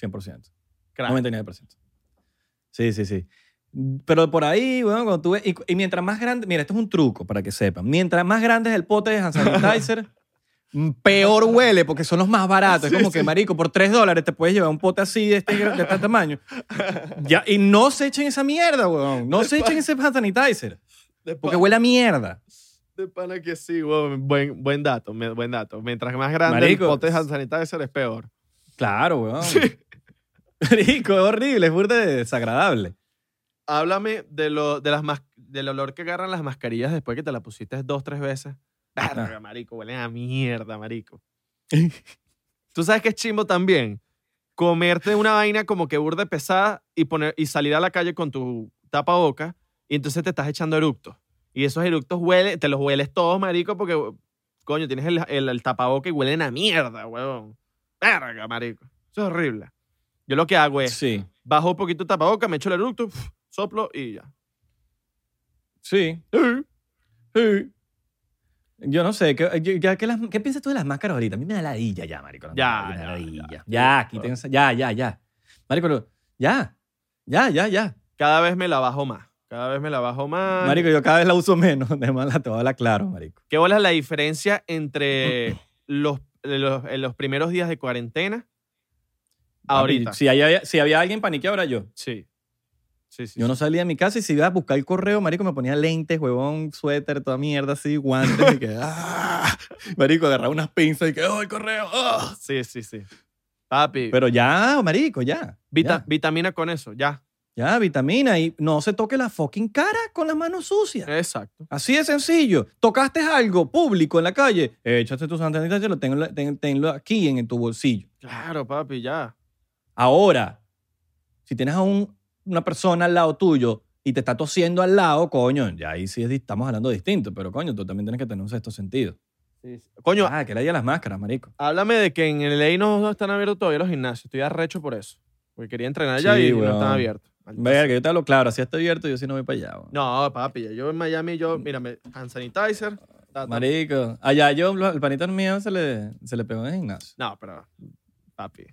100%.
Crack.
99%. Sí, sí, sí. Pero por ahí, bueno, cuando tú ves- y, y mientras más grande, mira, esto es un truco para que sepan. Mientras más grande es el pote de hand sanitizer, mm, peor huele porque son los más baratos.
Sí,
es como que,
sí.
marico, por 3 dólares te puedes llevar un pote así de este, de este tamaño. Ya, y no se echen esa mierda, weón. No se echen ese hand sanitizer
De
porque
pa-
huele a mierda.
de pana que sí, huevón. buen, buen dato, me- buen dato. Mientras más grande
Marico.
el pote de hand sanitizer es peor.
Claro, weón. Marico, es horrible, es burda de desagradable.
Háblame de lo, de las mas- del olor que agarran las mascarillas después que te la pusiste dos, tres veces. Verga, marico, huelen a mierda, marico. Tú sabes que es chimbo también. Comerte una vaina como que burda pesada y, poner, y salir a la calle con tu tapaboca y entonces te estás echando eructos. Y esos eructos huele, te los hueles todos, marico, porque, coño, tienes el, el, el tapaboca y huelen a mierda, huevón. Verga, marico. Eso es horrible. Yo lo que hago es
Sí.
bajo un poquito el tapaboca, me echo el eructo, uf, soplo y ya.
Sí. Sí. Yo no sé, ¿qué, yo- ya, ¿qué, las- qué piensas tú de las máscaras ahorita? A mí me da ladilla ya, marico. las
Ya,
máscaras, me da
ya,
ladilla.
ya.
Ya, quítense- ya, ya, ya. Marico, lo- ya, ya, ya, ya.
Cada vez me la bajo más. Cada vez me la bajo más.
Marico, yo cada vez la uso menos, de más la te voy a hablar claro, marico.
¿Qué bola es la diferencia entre los, eh, los, en los primeros días de cuarentena a ahorita?
Papi, Si había, si había alguien paniqueado, era yo.
Sí. Sí, sí.
Yo
sí.
no salía de mi casa y si iba a buscar el correo, marico, me ponía lentes, huevón, suéter, toda mierda así, guantes y que... ¡ah! Marico, agarraba unas pinzas y que... ¡Oh, el correo! ah".
Sí, sí, sí. Papi,
Pero ya, marico, ya.
vita-
ya.
vitamina con eso, ya.
Ya, vitamina y no se toque la fucking cara con las manos sucias.
Exacto.
Así de sencillo. Tocaste algo público en la calle, échate tu hand sanitizer, lo tenlo, ten- tenlo aquí en, en tu bolsillo.
Claro, papi, ya.
Ahora, si tienes a un- una persona al lado tuyo y te está tosiendo al lado, coño, ya ahí sí es di- estamos hablando distinto, pero coño, tú también tienes que tener un sexto sentido.
Coño,
Ah, que le haya las máscaras, marico.
háblame de que en el ley no, no están abiertos todavía los gimnasios. Estoy arrecho por eso. Porque quería entrenar allá
Sí,
y no
weón.
están abiertos. Maldita
Verga, yo te hablo claro, así está abierto, yo sí no voy para allá. weón.
No, papi, ya yo en Miami, yo, mírame, hand sanitizer. ta, ta.
Marico, allá yo, el panito mío se le, se le pegó en el gimnasio.
No, pero, papi,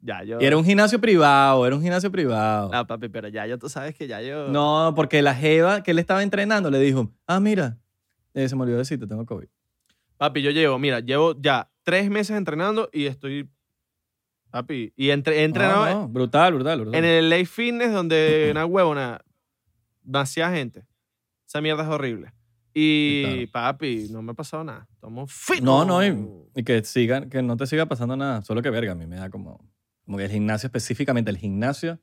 ya yo.
Y era un gimnasio privado, era un gimnasio privado.
No, papi, pero ya yo, tú sabes que ya yo.
No, porque la Jeva que él estaba entrenando le dijo, ah, mira, eh, se me olvidó decirte, tengo COVID.
Papi, yo llevo, mira, llevo ya tres meses entrenando y estoy. Papi, y entre, he entrenado
No, no, brutal, brutal, brutal.
en el LA Fitness donde una huevona, vacía gente. Esa mierda es horrible. Y
Claro.
papi, no me ha pasado nada. Estamos fit.
No, no, y, y que, sigan, que no te siga pasando nada. Solo que verga, a mí me da como, como que el gimnasio específicamente, el gimnasio,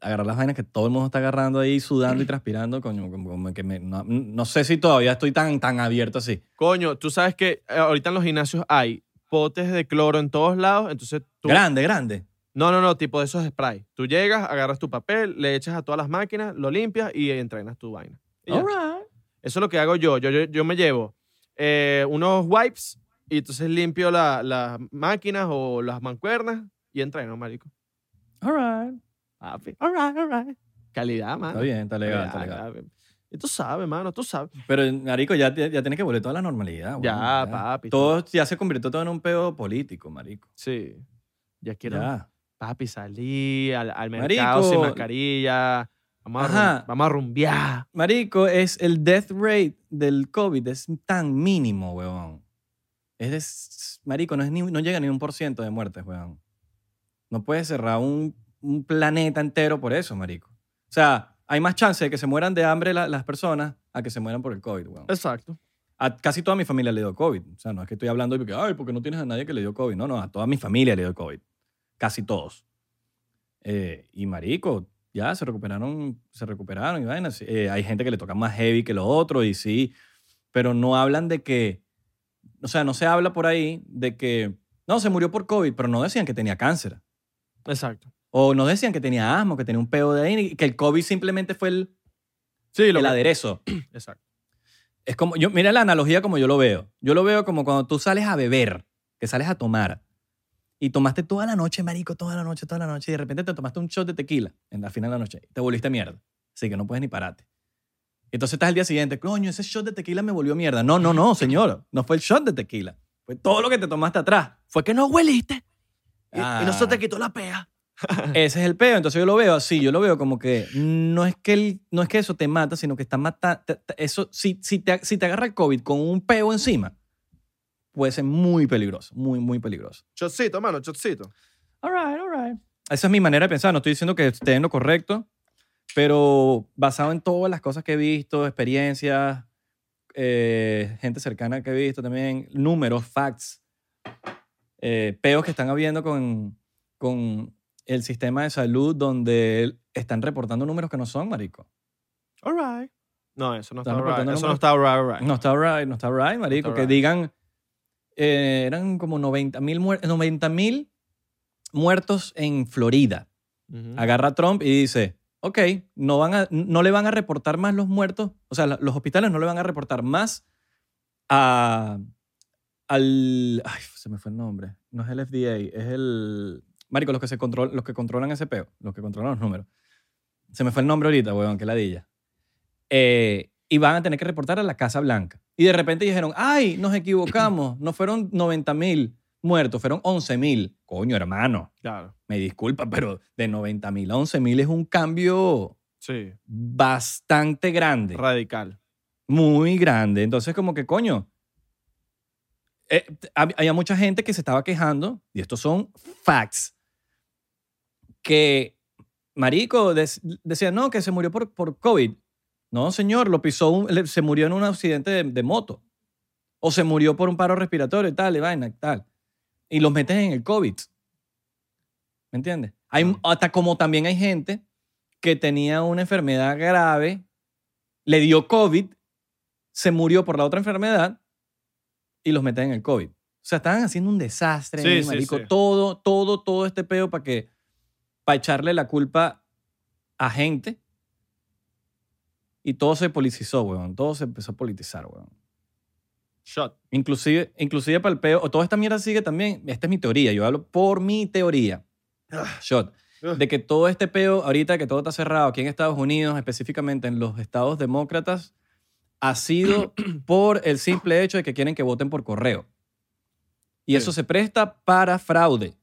agarrar las vainas que todo el mundo está agarrando ahí, sudando y transpirando, coño, como, como que me- no, no sé si todavía estoy tan, tan abierto así.
Coño, tú sabes que eh, ahorita en los gimnasios hay potes de cloro en todos lados, entonces tú...
Grande, grande.
No, no, no, tipo de esos spray. Tú llegas, agarras tu papel, le echas a todas las máquinas, lo limpias y entrenas tu vaina. Y ya.
All right.
Eso es lo que hago yo. Yo, yo, yo me llevo eh, unos wipes y entonces limpio la- las máquinas o las mancuernas y entreno, marico.
All right.
Papi, all right, all right. Calidad, mano.
Está bien, está legal, está
Calidad,
legal.
papi. Y tú sabes, mano, tú sabes.
Pero, Marico, ya, te- ya tienes que volver toda la normalidad. weón,
Ya, papi.
Todo ya se convirtió todo en un pedo político, Marico.
Sí. Ya quiero,
Ya.
papi, salí al, al
Marico.
mercado sin mascarilla. Vamos a, rum-
Ajá.
vamos a rumbear.
Marico, es el death rate del COVID es tan mínimo, weón. Es, des- marico, no, es ni- no llega ni un por ciento de muertes, weón. No puedes cerrar un, un planeta entero por eso, marico. O sea, hay más chance de que se mueran de hambre la- las personas a que se mueran por el COVID, weón.
Exacto.
A casi toda mi familia le dio COVID. O sea, no es que estoy hablando de que, ay, porque no tienes a nadie que le dio COVID. No, no, a toda mi familia le dio COVID. Casi todos. Eh, y marico, ya se recuperaron, se recuperaron y vainas. Eh, hay gente que le toca más heavy que los otros y sí, pero no hablan de que, o sea, no se habla por ahí de que, no, se murió por COVID, pero no decían que tenía cáncer.
Exacto.
O no decían que tenía asma, o que tenía un peo de ahí, y que el COVID simplemente fue el,
Sí, lo
el
que-
aderezo.
Exacto.
Es como, yo, mira la analogía como yo lo veo. Yo lo veo como cuando tú sales a beber, que sales a tomar, y tomaste toda la noche, marico, toda la noche, toda la noche, y de repente te tomaste un shot de tequila en la final de la noche, y te volviste mierda. Así que no puedes ni pararte. Entonces estás el día siguiente, coño, ese shot de tequila me volvió mierda. No, no, no, señor, no fue el shot de tequila. Fue todo lo que te tomaste atrás.
Fue que no hueliste
Ah.
quitó la pea.
Ese es el peo. Entonces yo lo veo así, yo lo veo como que no es que, el- no es que eso te mata, sino que está matando. Eso, si, si, te, si te agarra el COVID con un peo encima, puede ser muy peligroso, muy, muy peligroso.
Chocito, mano, chocito.
All right, all right. Esa es mi manera de pensar. No estoy diciendo que esté en lo correcto, pero basado en todas las cosas que he visto, experiencias, eh, gente cercana que he visto también, números, facts, eh, peos que están habiendo con, con el sistema de salud donde están reportando números que no son, marico.
All right. No, eso no está
Están
all right.
reportando
Eso no
números.
está all right, all right.
No está right, no está right, marico.
está
que
right.
digan, eh, eran como 90 mil muertos en Florida.
Ujú.
agarra a Trump y dice, ok, no, van a, no le van a reportar más los muertos, o sea, la- los hospitales no le van a reportar más a, al... Ay, se me fue el nombre. No es el FDA, es el... Marico, los que, se control, los que controlan ese peo, los que controlan los números. Se me fue el nombre ahorita, weón, que ladilla. Eh, y van a tener que reportar a la Casa Blanca. Y de repente dijeron, ay, nos equivocamos, no fueron 90 mil muertos, fueron 11 mil. Coño, hermano
Claro.
me disculpa, pero de 90 mil a 11 mil es un cambio
Sí.
bastante grande,
Radical.
muy grande. Entonces, como que coño, eh, t- hab- había mucha gente que se estaba quejando, y estos son facts, que Marico des- decía, no, que se murió por, por COVID. No, señor, lo pisó, un- le- se murió en un accidente de, de moto. O se murió por un paro respiratorio y tal, y vaina, y tal. Y los metes en el COVID. ¿Me entiendes? Hay,
Claro.
hasta como también hay gente que tenía una enfermedad grave, le dio COVID, se murió por la otra enfermedad y los meten en el COVID. O sea, estaban haciendo un desastre,
Sí,
ahí,
sí,
marico.
sí.
Todo, todo, todo este peo para que, para echarle la culpa a gente. Y todo se politizó, weón. Todo se empezó a politizar, weón.
Shot.
Inclusive, inclusive para el peo, o toda esta mierda sigue también, esta es mi teoría, yo hablo por mi teoría,
Ah.
shot,
Ugh.
de que todo este peo, ahorita que todo está cerrado aquí en Estados Unidos, específicamente en los estados demócratas, ha sido por el simple hecho de que quieren que voten por correo. Y
Sí.
eso se presta para fraude.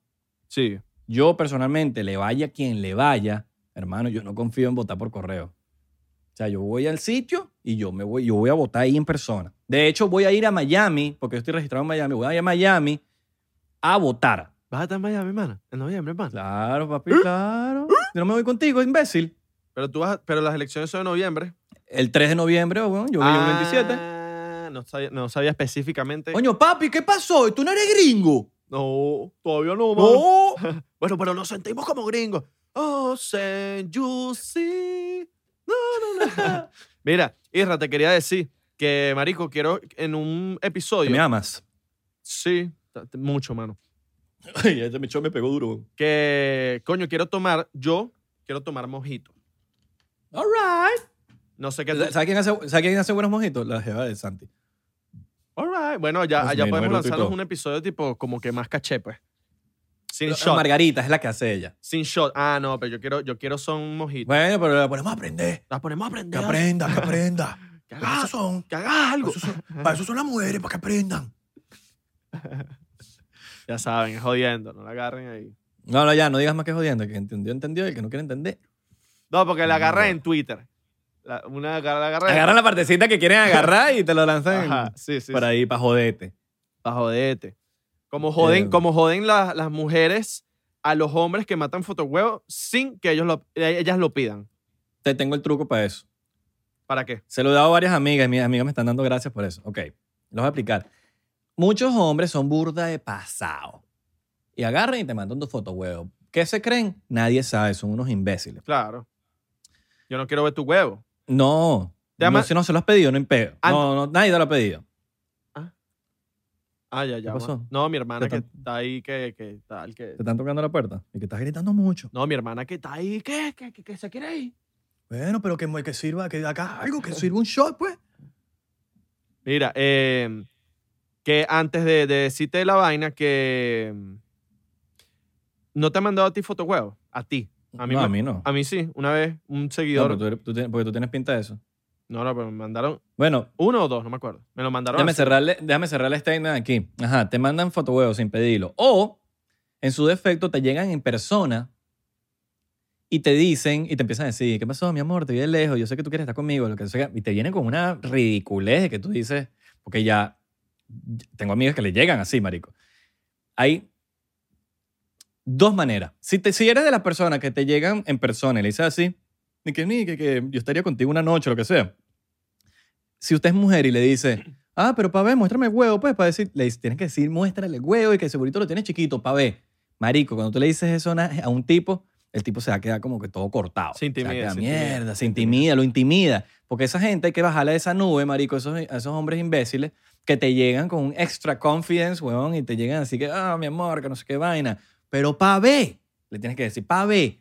Sí.
Yo personalmente, le vaya quien le vaya, hermano, yo no confío en votar por correo. O sea, yo voy al sitio y yo me voy, yo voy a votar ahí en persona. De hecho, voy a ir a Miami, porque yo estoy registrado en Miami, voy a ir a Miami a votar.
Vas a estar en Miami, hermana. En noviembre, hermana.
Claro, papi, claro. Yo no me voy contigo, imbécil.
Pero tú vas, pero las elecciones son en noviembre.
El 3 de noviembre, weón, yo vi un 27.
Ah, No sabía, no sabía específicamente.
Coño, papi, ¿qué pasó? ¿Tú no eres gringo?
No, todavía no, mano.
No.
Bueno, pero nos sentimos como gringos. Oh, sen you see. No, no, no. Mira, Isra, te quería decir que, marico, quiero en un
Que me
episodio.
amas.
Sí, t- mucho, mano.
Ay, este mechón me pegó duro.
que, coño, quiero tomar, yo quiero tomar mojito.
All right.
No sé qué. tú-
¿Sabes quién, hace, sabe quién hace buenos mojitos? La jeva de Santi.
All right. Bueno, ya,
Dios
ya
mío,
podemos
Naruto y
lanzarnos
todo.
un episodio tipo como que más caché, pues. Sin
La-
shot.
Margarita es la que hace ella.
Sin shot. Ah, no, pero yo quiero, yo quiero son mojitos.
Bueno, pero la ponemos a aprender.
Las ponemos a aprender.
aprenda, que aprenda.
Que hagas,
son.
que hagas algo.
Para eso son las mujeres, para que aprendan.
Ya saben, es jodiendo, no la agarren ahí.
No, no, ya, no digas más que jodiendo. El que entendió, entendió. El que no quiere entender.
No, porque la agarran
Mierda.
en Twitter. La- una gar- la agarran.
Agarran la partecita que quieren agarrar y te lo lanzan en-
Ajá, sí, sí.
por ahí para joderte.
Para joderte. Como joden,
Eh.
como joden la- las mujeres a los hombres que matan fotohuevos sin que ellos lo- ellas lo pidan.
Te tengo el truco para eso.
¿Para qué?
Se lo he dado a varias amigas y mis amigas me están dando gracias por eso. Ok, los voy a explicar. Muchos hombres son burda de pasado. Y agarran y te mandan tu foto, huevo. ¿Qué se creen? Nadie sabe, son unos imbéciles.
Claro. Yo no quiero ver tu huevo.
No.
Te ama-
no, si no se lo has pedido, no impeo.
Ah,
No, no, nadie te lo ha pedido.
Ah, ya, ya.
¿Qué pasó?
bueno. No, mi hermana
¿Qué
que
tan-
está ahí, que, que tal, que.
Te están tocando la puerta y que estás gritando mucho.
No, mi hermana que está ahí, que, que, que, que se quiere ir.
Bueno, pero que, que sirva, que acá algo, que sirva un shot, pues.
Mira, eh, que antes de, de decirte la vaina, que. mm, No te han mandado a ti fotohuevos. A ti. A mí,
no,
me-
a mí no.
a mí sí. Una vez, un
No,
seguidor.
pero tú eres- tú tienes- porque tú tienes pinta de eso.
No, no, pero me mandaron
Bueno,
uno o dos, no me acuerdo. Me lo mandaron.
Déjame
así.
cerrarle, déjame cerrarle este email aquí. Ajá, te mandan fotohuevos sin pedirlo. O, en su defecto, te llegan en persona y te dicen, y te empiezan a decir, ¿qué pasó, mi amor? Te vi de lejos, yo sé que tú quieres estar conmigo, lo que sea. Y te vienen con una ridiculez de que tú dices, porque ya tengo amigas que le llegan así, marico. Hay dos maneras. Si, te, si eres de las personas que te llegan en persona y le dices así, ni que ni que, que yo estaría contigo una noche, lo que sea. Si usted es mujer y le dice, ah, pero pa' ver, muéstrame el huevo, pues, para decir, le dices, tienes que decir, muéstrale el huevo y que segurito lo tienes chiquito, pa' ver. Marico, cuando tú le dices eso a una- a un tipo, el tipo se va a quedar como que todo cortado.
Se intimida,
Se va a quedar,
se intimida,
mierda,
se
se intimida, lo intimida. Porque esa gente hay que bajarle de esa nube, marico, esos, a esos hombres imbéciles que te llegan con un extra confidence, huevón, y te llegan así que, ah, mi amor, que no sé qué vaina. Pero pa' ver, le tienes que decir, pa' ver.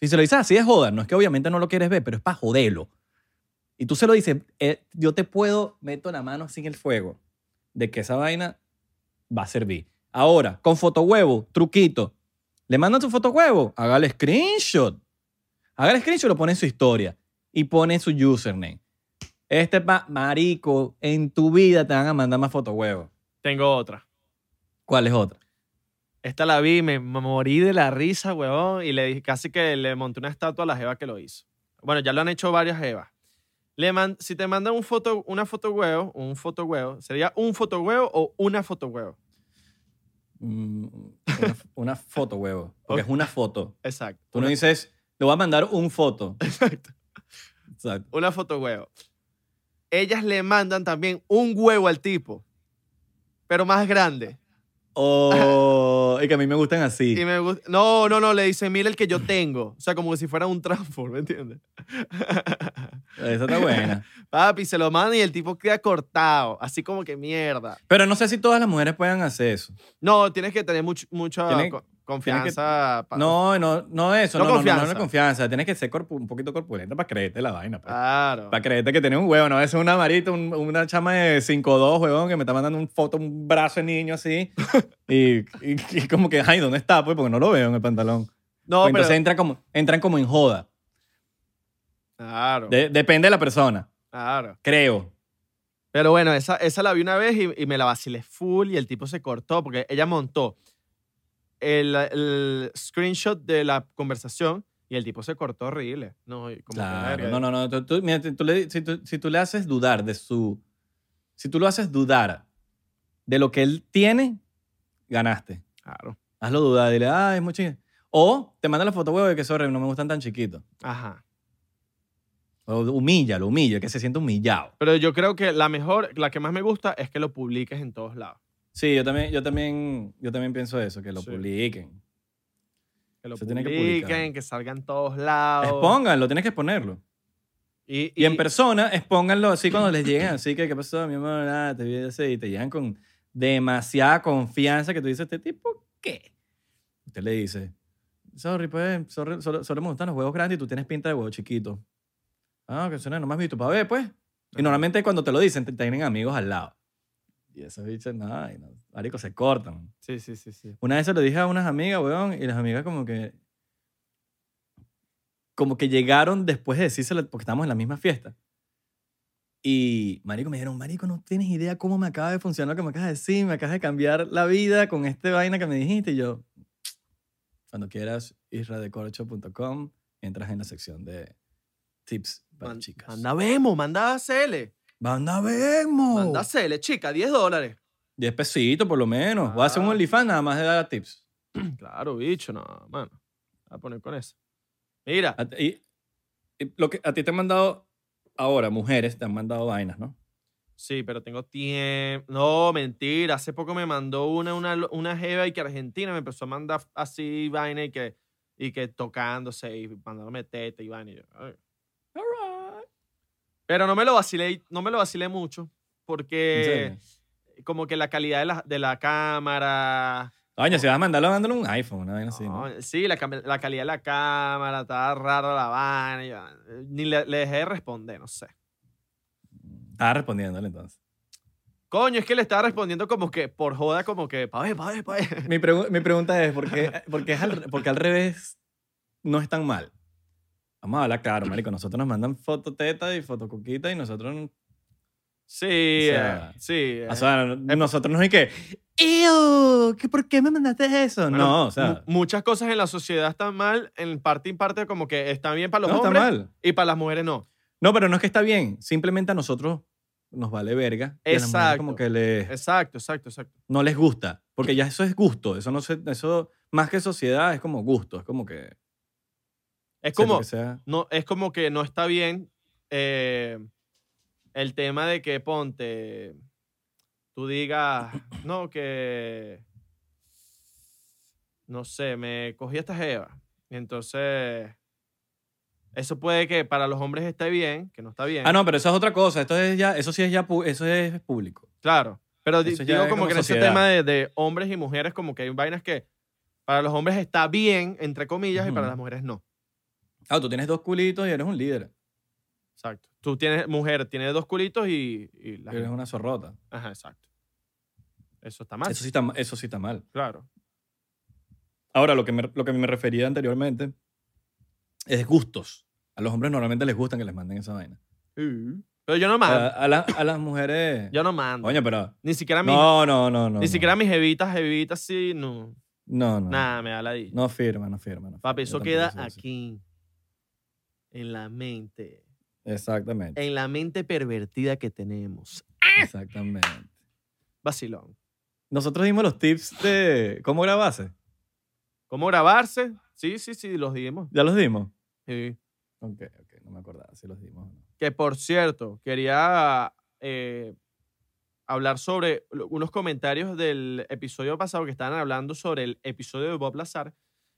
Si se lo dices así es joda, no es que obviamente no lo quieres ver, pero es para joderlo. Y tú se lo dices, eh, yo te puedo, meto la mano sin el fuego, de que esa vaina va a servir. Ahora, con fotohuevo, truquito. Le mandan su fotohuevo, haga el screenshot. Haga el screenshot, lo pone en su historia y pone su username. Este pa, marico, en tu vida te van a mandar más fotohuevos.
Tengo otra.
¿Cuál es otra?
Esta la vi, me me morí de la risa, huevón, y le dije, casi que le monté una estatua a la jeva que lo hizo. Bueno, ya lo han hecho varias jevas. Le man- si te mandan un foto, una foto huevo, un foto huevo, sería un foto huevo o una foto huevo.
Mm, Una, una foto, huevo. Porque es una foto.
Exacto.
Tú
una,
no dices, le voy a mandar un foto.
Exacto.
Exacto.
Una foto huevo. Ellas le mandan también un huevo al tipo, pero más grande.
O, y que a mí me gustan así.
Y me gusta, no, no, no, le dicen, mira el que yo tengo. O sea, como si fuera un transform, ¿me entiendes?
Esa está buena.
Papi, se lo mandan y el tipo queda cortado, así como que mierda.
Pero no sé si todas las mujeres puedan hacer eso.
No, tienes que tener much- mucha
Tienes-
co-
tienes que-
confianza. pa-
No, no, no eso.
No
No, no, no, no, no,
confianza.
confianza. Tienes que ser corpu- un poquito corpulenta para creerte la vaina.
Ah.
pues.
Claro.
Para creerte que tienes un huevo. No, a veces una marita, un- una chama de 5'2", huevón, que me está mandando un foto, un brazo de niño así. y, y- y como que, ay, ¿dónde está? Pues porque no lo veo en el pantalón.
No,
Pues
pero.
entonces entra como, entran como en joda.
Claro,
De- depende de la persona,
claro.
creo.
Pero bueno, esa, esa la vi una vez y, y me la vacilé full y el tipo se cortó porque ella montó el, el screenshot de la conversación y el tipo se cortó horrible. No, y como que verga.
Claro. No, no, no. Tú, tú- mira, tú- tú le- si, tú, si tú le haces dudar de su. Si tú lo haces dudar de lo que él tiene, ganaste.
Claro.
Hazlo dudar. Dile, ah, es muy chiquito. O te manda la foto, huevo, de que sorry, no me gustan tan chiquitos.
Ajá.
O Humíllalo, humilla, que se sienta humillado.
Pero yo creo que la mejor, la que más me gusta es que lo publiques en todos lados.
Sí, yo también, yo también, yo también pienso eso, que lo
Sí.
publiquen.
Que lo
Se tiene que
publiquen,
publicar.
que, salga en todos lados.
Expónganlo, tienes que exponerlo.
Y,
Y en persona, expónganlo así cuando les lleguen. Así que, ¿qué pasó, mi amor? Ah, te vi así. Y te llegan con demasiada confianza que tú dices, ¿este tipo qué? Usted le dice, sorry, pues, sorry, solo, solo me gustan los huevos grandes y tú tienes pinta de huevo chiquito. Ah, que suena, no me has visto para ver, pues. Y normalmente cuando te lo dicen, te tienen amigos al lado. Y esos bichos, no, y no, marico, se cortan.
Sí, sí, sí, sí.
Una vez se lo dije a unas amigas, weón, y las amigas como que... Como que llegaron después de decírselo, porque estábamos en la misma fiesta. Y, marico, me dijeron, marico, no tienes idea cómo me acaba de funcionar lo que me acabas de decir, me acabas de cambiar la vida con este vaina que me dijiste. Y yo, cuando quieras, isradecorcho.com, entras en la sección de tips para
Man-
chicas.
Manda Vemo, manda ACL.
¡Banda Vemo!
Manda ACL, chica, 10 dólares.
10 pesitos por lo menos. Voy a hacer un
Ah.
OnlyFans nada más de dar tips.
Claro, bicho, no, mano. Voy a poner con eso. Mira,
A, y- y lo que, a ti te han mandado ahora, mujeres, te han mandado vainas, ¿no?
sí, pero tengo tiempo. No, mentira. Hace poco me mandó una, una, lo- una jeva y que Argentina me empezó a mandar así vaina y que, y que tocándose y mandándome teta y vaina. Y yo, ay. Pero no me lo vacilé, no me lo vacilé mucho
¿En
porque
serio?
como que la calidad de la, de la cámara...
Coño, si vas a mandarlo, mándalo un iPhone, una vaina así. Ah, ¿no?
No, sí, la, cam- la calidad de la cámara, estaba rara la vaina. y yo, eh, ni le, le dejé de responder, no sé.
Estaba respondiéndole entonces.
Coño, es que le estaba respondiendo como que por joda, como que, pa' ver, pa' ver, pa' ver.
Mi, pregu- mi pregunta es, ¿por qué, por qué es al, re- por qué al revés no es tan mal? Vamos a hablar claro, marico. Nosotros nos mandan fototeta y fotocuquita y nosotros...
Sí,
O sea,
eh, sí. eh.
O sea, nosotros no hay que... "Ew, ¿qué- ¿Por qué me mandaste eso?
Bueno,
no, o sea...
mu- muchas cosas en la sociedad están mal, en parte y parte como que están bien para los
No, está
hombres
mal.
y para las mujeres no.
No, pero no es que está bien. Simplemente a nosotros nos vale verga. y a las mujeres
Exacto.
Como que les-
Exacto, exacto, exacto.
no les gusta. Porque ya eso es gusto. Eso no se, eso más que sociedad es como gusto. Es como que. sea lo
Es como,
que sea.
no, es como que no está bien eh, el tema de que ponte, tú digas, no, que, no sé, me cogí esta jeva. Y entonces, eso puede que para los hombres esté bien, que no está bien.
Ah, no, pero eso es otra cosa. Esto es ya, eso sí es ya, pu- eso es público.
Claro. Pero di-
Eso ya
digo
es
como,
como
que en ese
sociedad.
tema de, de hombres y mujeres, como que hay vainas que para los hombres está bien, entre comillas, y para
Ujú.
las mujeres no.
Ah, tú tienes dos culitos y eres un líder.
Exacto. Tú tienes, mujer, tiene dos culitos y, y la
Eres
gente-
una zorrota.
Ajá, exacto. Eso está mal.
Eso sí está, ma- eso sí está mal.
Claro.
Ahora, lo que, me, lo que me refería anteriormente es gustos. A los hombres normalmente les gustan que les manden esa vaina.
Pero yo no
A,
mando.
a la- a las mujeres.
Ah. Yo no mando.
Ah. Coño, pero.
Ni siquiera mis,
No, no, no, no.
ni
no.
siquiera mis evitas, evitas, sí, no.
No, no.
Nada, me da la di.
No firma, no firma. no firma.
Papi,
Yo
eso
tampoco
queda
soy así.
aquí. En la mente.
Exactamente,
En la mente pervertida que tenemos.
exactamente.
Vacilón.
Nosotros dimos los tips de cómo grabarse.
¿Cómo grabarse? Sí, sí, sí, los dimos.
¿Ya los dimos?
Sí.
Ok, ok, no me acordaba si los dimos o no.
Que por cierto, quería eh, hablar sobre lo- unos comentarios del episodio pasado que estaban hablando sobre el episodio de Bob Lazar,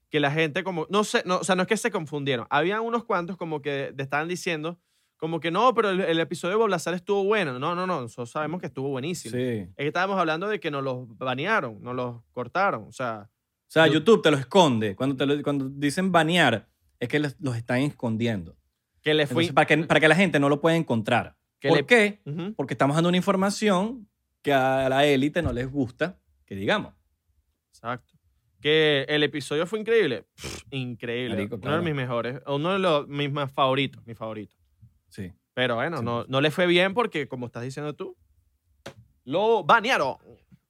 que la gente como, no sé, no, o sea, no es que se confundieron, habían unos cuantos como que te estaban diciendo como que no, pero el, el episodio de Bob Lazar estuvo bueno. No, no, no, nosotros sabemos que estuvo buenísimo.
Sí.
Es que estábamos hablando de que nos los banearon, nos los cortaron, o sea,
O sea,
Yo-
YouTube te lo esconde. Cuando, te lo- cuando dicen banear, es que los, los están escondiendo.
que le fui...
Entonces, para, que, para que la gente no lo pueda encontrar.
que
¿Por
le-
qué?
Ujú.
Porque estamos dando una información que a la élite no les gusta, que digamos.
Exacto. Que el episodio fue increíble. Pff, increíble.
Marico,
uno
claro.
de mis mejores. Uno de los mis más favoritos. Mi favorito.
Sí.
Pero bueno,
Sí.
no, no le fue bien porque, como estás diciendo tú, lo banearon.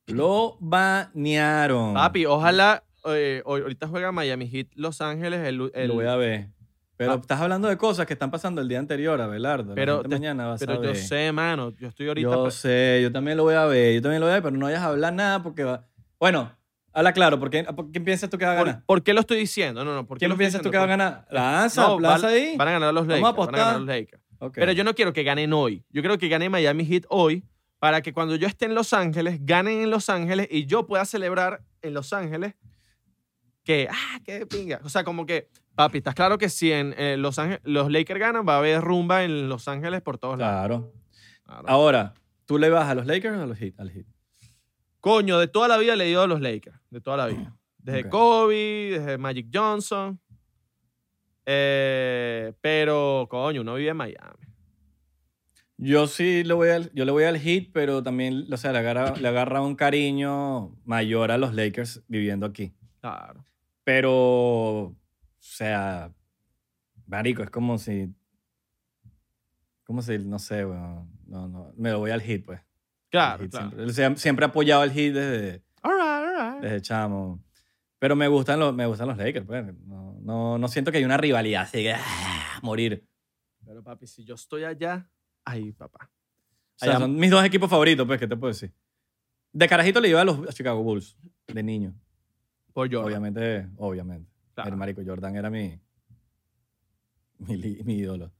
Lo banearon.
Papi, ojalá. eh, hoy- ahorita juega Miami Heat Los Ángeles. El, el-
Lo voy a ver. Pero
Ah.
estás hablando de cosas que están pasando el día anterior, Abelardo. La
Pero
gente
te-
mañana vas a
Pero yo
ver.
sé, mano. Yo estoy ahorita. pues.
Yo
pa-
sé, yo también lo voy a ver. Yo también lo voy a ver, pero no vayas a hablar nada porque va... Bueno, habla claro. ¿Por qué, por quién piensas tú que va a
¿Por,
ganar?
¿por qué lo estoy diciendo? No, no, ¿por qué
¿Quién
lo
piensas tú que va a ganar? ¿La ANSA?
No,
¿Plaza
van,
ahí?
van a ganar los
Vamos a
Lakers. Van a ganar
apostar.
los Lakers.
Ok.
Pero yo no quiero que ganen hoy. Yo quiero que gane Miami Heat hoy para que cuando yo esté en Los Ángeles, ganen en Los Ángeles y yo pueda celebrar en Los Ángeles que, ah, qué pinga. O sea, como que, papi, estás claro que si en eh, Los Ángeles los Lakers ganan, va a haber rumba en Los Ángeles por todos lados.
Claro.
Claro.
Ahora, ¿tú le vas a los Lakers o a los Heat? Al Heat.
Coño, de toda la vida le he ido a los Lakers. De toda la vida. Desde
Ok.
Kobe, desde Magic Johnson. Eh, pero, coño, uno vive en Miami.
Yo sí le voy al, yo le voy al Heat, pero también, o sea, le agarra, le agarra un cariño mayor a los Lakers viviendo aquí.
Claro.
Pero, o sea, marico, es como si, como si, no sé, weón, no, no, me lo voy al Heat, pues. al
Claro,
Heat
claro.
Siempre, o sea, siempre he apoyado al Heat desde,
All right, all right.
desde chamo. Pero me gustan los, me gustan los Lakers, pues. No, no, no siento que hay una rivalidad así que, ah, morir.
Pero, papi, si yo estoy allá, ahí, papá.
O sea,
Allá-
son mis dos equipos favoritos, pues, ¿qué te puedo decir? De carajito le iba a los Chicago Bulls, de niño.
Por yo.
Obviamente, obviamente.
Claro,
El marico Jordan era mi, mi, li- mi ídolo.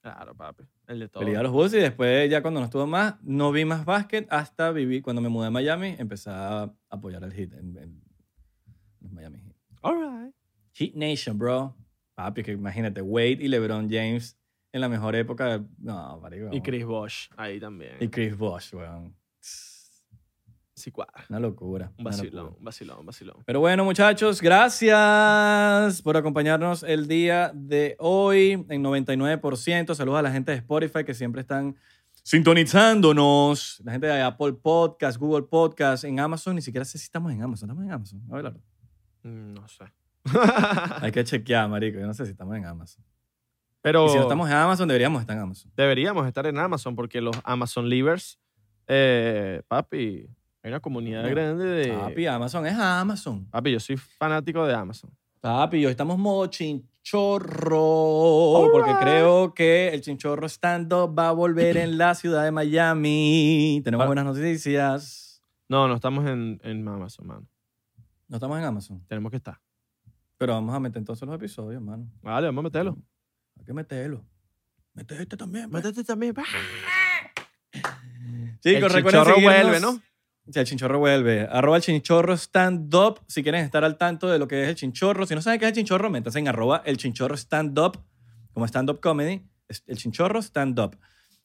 claro, papi. El de todo.
Le iba a los Bulls y después, ya cuando no estuvo más, no vi más básquet hasta viví, cuando me mudé a Miami, empecé a apoyar al Heat en, en los Miami Heat.
All right.
Heat Nation, bro. Papi, que imagínate, Wade y LeBron James en la mejor época. de- No, marico.
Y Chris Bosh, ahí también.
Y Chris Bosh, weón.
Sí, cuadra.
Una locura.
Un
una
vacilón,
locura.
un vacilón, un vacilón.
Pero bueno, muchachos, gracias por acompañarnos el día de hoy en 99%. Saludos a la gente de Spotify que siempre están sintonizándonos. La gente de Apple Podcast, Google Podcast, en Amazon. Ni siquiera sé si estamos en Amazon. ¿Estamos en Amazon? Abelardo.
Mm, No sé.
Hay que chequear, marico. Yo no sé si estamos en Amazon.
Pero
Y si no estamos en Amazon, deberíamos estar en Amazon.
deberíamos estar en Amazon porque los Amazon Livers, eh, papi, hay una comunidad
No.
grande de.
Papi, Amazon es Amazon.
Papi, yo soy fanático de Amazon.
Papi, hoy estamos modo chinchorro.
All
Porque
right.
creo que el chinchorro stand-up va a volver en la ciudad de Miami. Tenemos
Ah.
buenas noticias.
No, no estamos en, en Amazon, mano.
No estamos en Amazon.
Tenemos que estar.
Pero vamos a meter entonces los episodios, hermano.
Vale, vamos a meterlo.
Hay que meterlo. Mete este también. pues.
Métete también. pa.
Chicos,
El
recuerden
chinchorro
seguirnos.
vuelve, ¿no?
Sí, el chinchorro vuelve. Arroba el chinchorro stand-up si quieren estar al tanto de lo que es el chinchorro. Si no saben qué es el chinchorro, métanse en arroba el chinchorro stand-up, como stand-up comedy, es el chinchorro stand-up.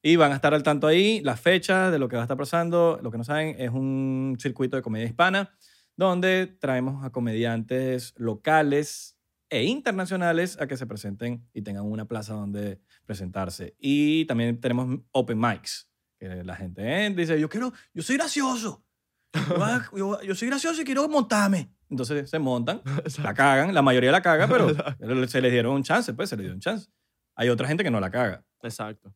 Y van a estar al tanto ahí, las fechas de lo que va a estar pasando. Lo que no saben es un circuito de comedia hispana donde traemos a comediantes locales e internacionales a que se presenten y tengan una plaza donde presentarse. Y también tenemos open mics, que la gente entra y dice, yo quiero, yo soy gracioso, yo, voy a- yo voy a- yo soy gracioso y quiero montarme. Entonces se montan, la cagan, la mayoría la caga, pero se les dieron un chance, pues se les dio un chance. Hay otra gente que no la caga,
Exacto.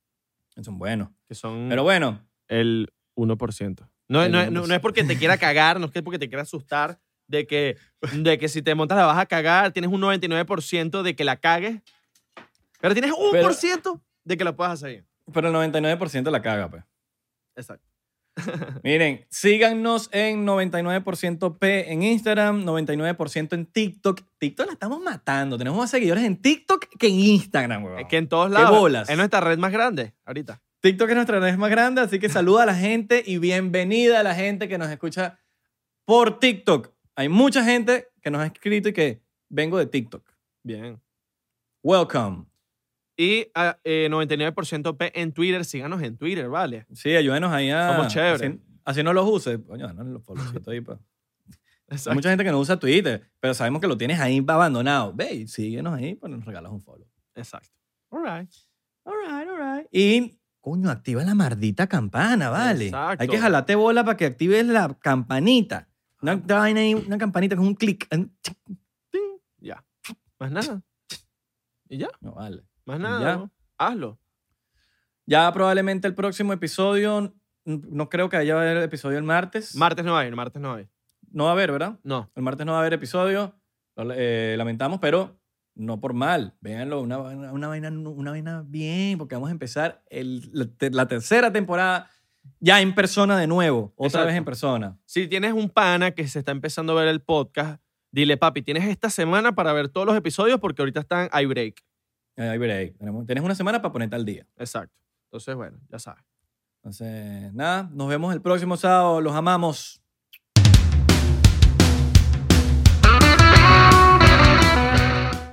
son buenos.
Que son
Pero bueno,
el 1%. No,
El
no, no, no es porque te quiera cagar, no es que porque te quiera asustar de que, de que si te montas la vas a cagar, tienes un 99% de que la cagues, pero tienes un
Pero-
por ciento de que la puedas hacer bien.
pero el 99% la caga, pues.
Exacto.
Miren, síganos en 99% P en Instagram, 99% en TikTok. TikTok la estamos matando. Tenemos más seguidores en TikTok que en Instagram, weón.
Es que en todos lados.
bolas.
Es nuestra red más grande ahorita.
TikTok es nuestra red más grande, así que saluda a la gente y bienvenida a la gente que nos escucha por TikTok. Hay mucha gente que nos ha escrito y que vengo de TikTok.
Bien.
Welcome.
Y ah, eh, 99% P en Twitter. Síganos en Twitter, ¿vale?
Sí, ayúdenos ahí a...
Somos chéveres.
Así, así no los uses. Coño, no los followcitos ahí, pa. Hay
Exacto.
mucha gente que no usa Twitter, pero sabemos que lo tienes ahí abandonado. Ve, y síguenos ahí, pues nos regalas un follow.
Exacto. All right.
All right, all right. Y, coño, activa la mardita campana, vale.
Exacto.
Hay que jalarte bola para que actives la campanita.
Ah.
Una, una vaina ahí, una campanita con un clic.
Ya. Más nada. Y ya.
No, vale.
Más
Y
nada.
ya.
¿no? Hazlo.
Ya probablemente el próximo episodio, n- no creo que haya el episodio el martes.
Martes no hay. Martes no hay.
no va a haber, ¿verdad?
No.
El martes no va a haber episodio. Lo- eh, lamentamos, pero no por mal. Véanlo, una, vaina- una, vaina, una vaina bien, porque vamos a empezar el- la, te- la tercera temporada ya en persona de nuevo. Otra
Exacto.
vez en persona.
Si tienes un pana que se está empezando a ver el podcast, dile, papi, tienes esta semana para ver todos los episodios porque ahorita están I break.
Eh, Ahí veré. ahí. Tenemos- Tienes una semana para ponerte al día.
Exacto. Entonces, bueno, ya sabes.
Entonces, nada, nos vemos el próximo sábado. Los amamos.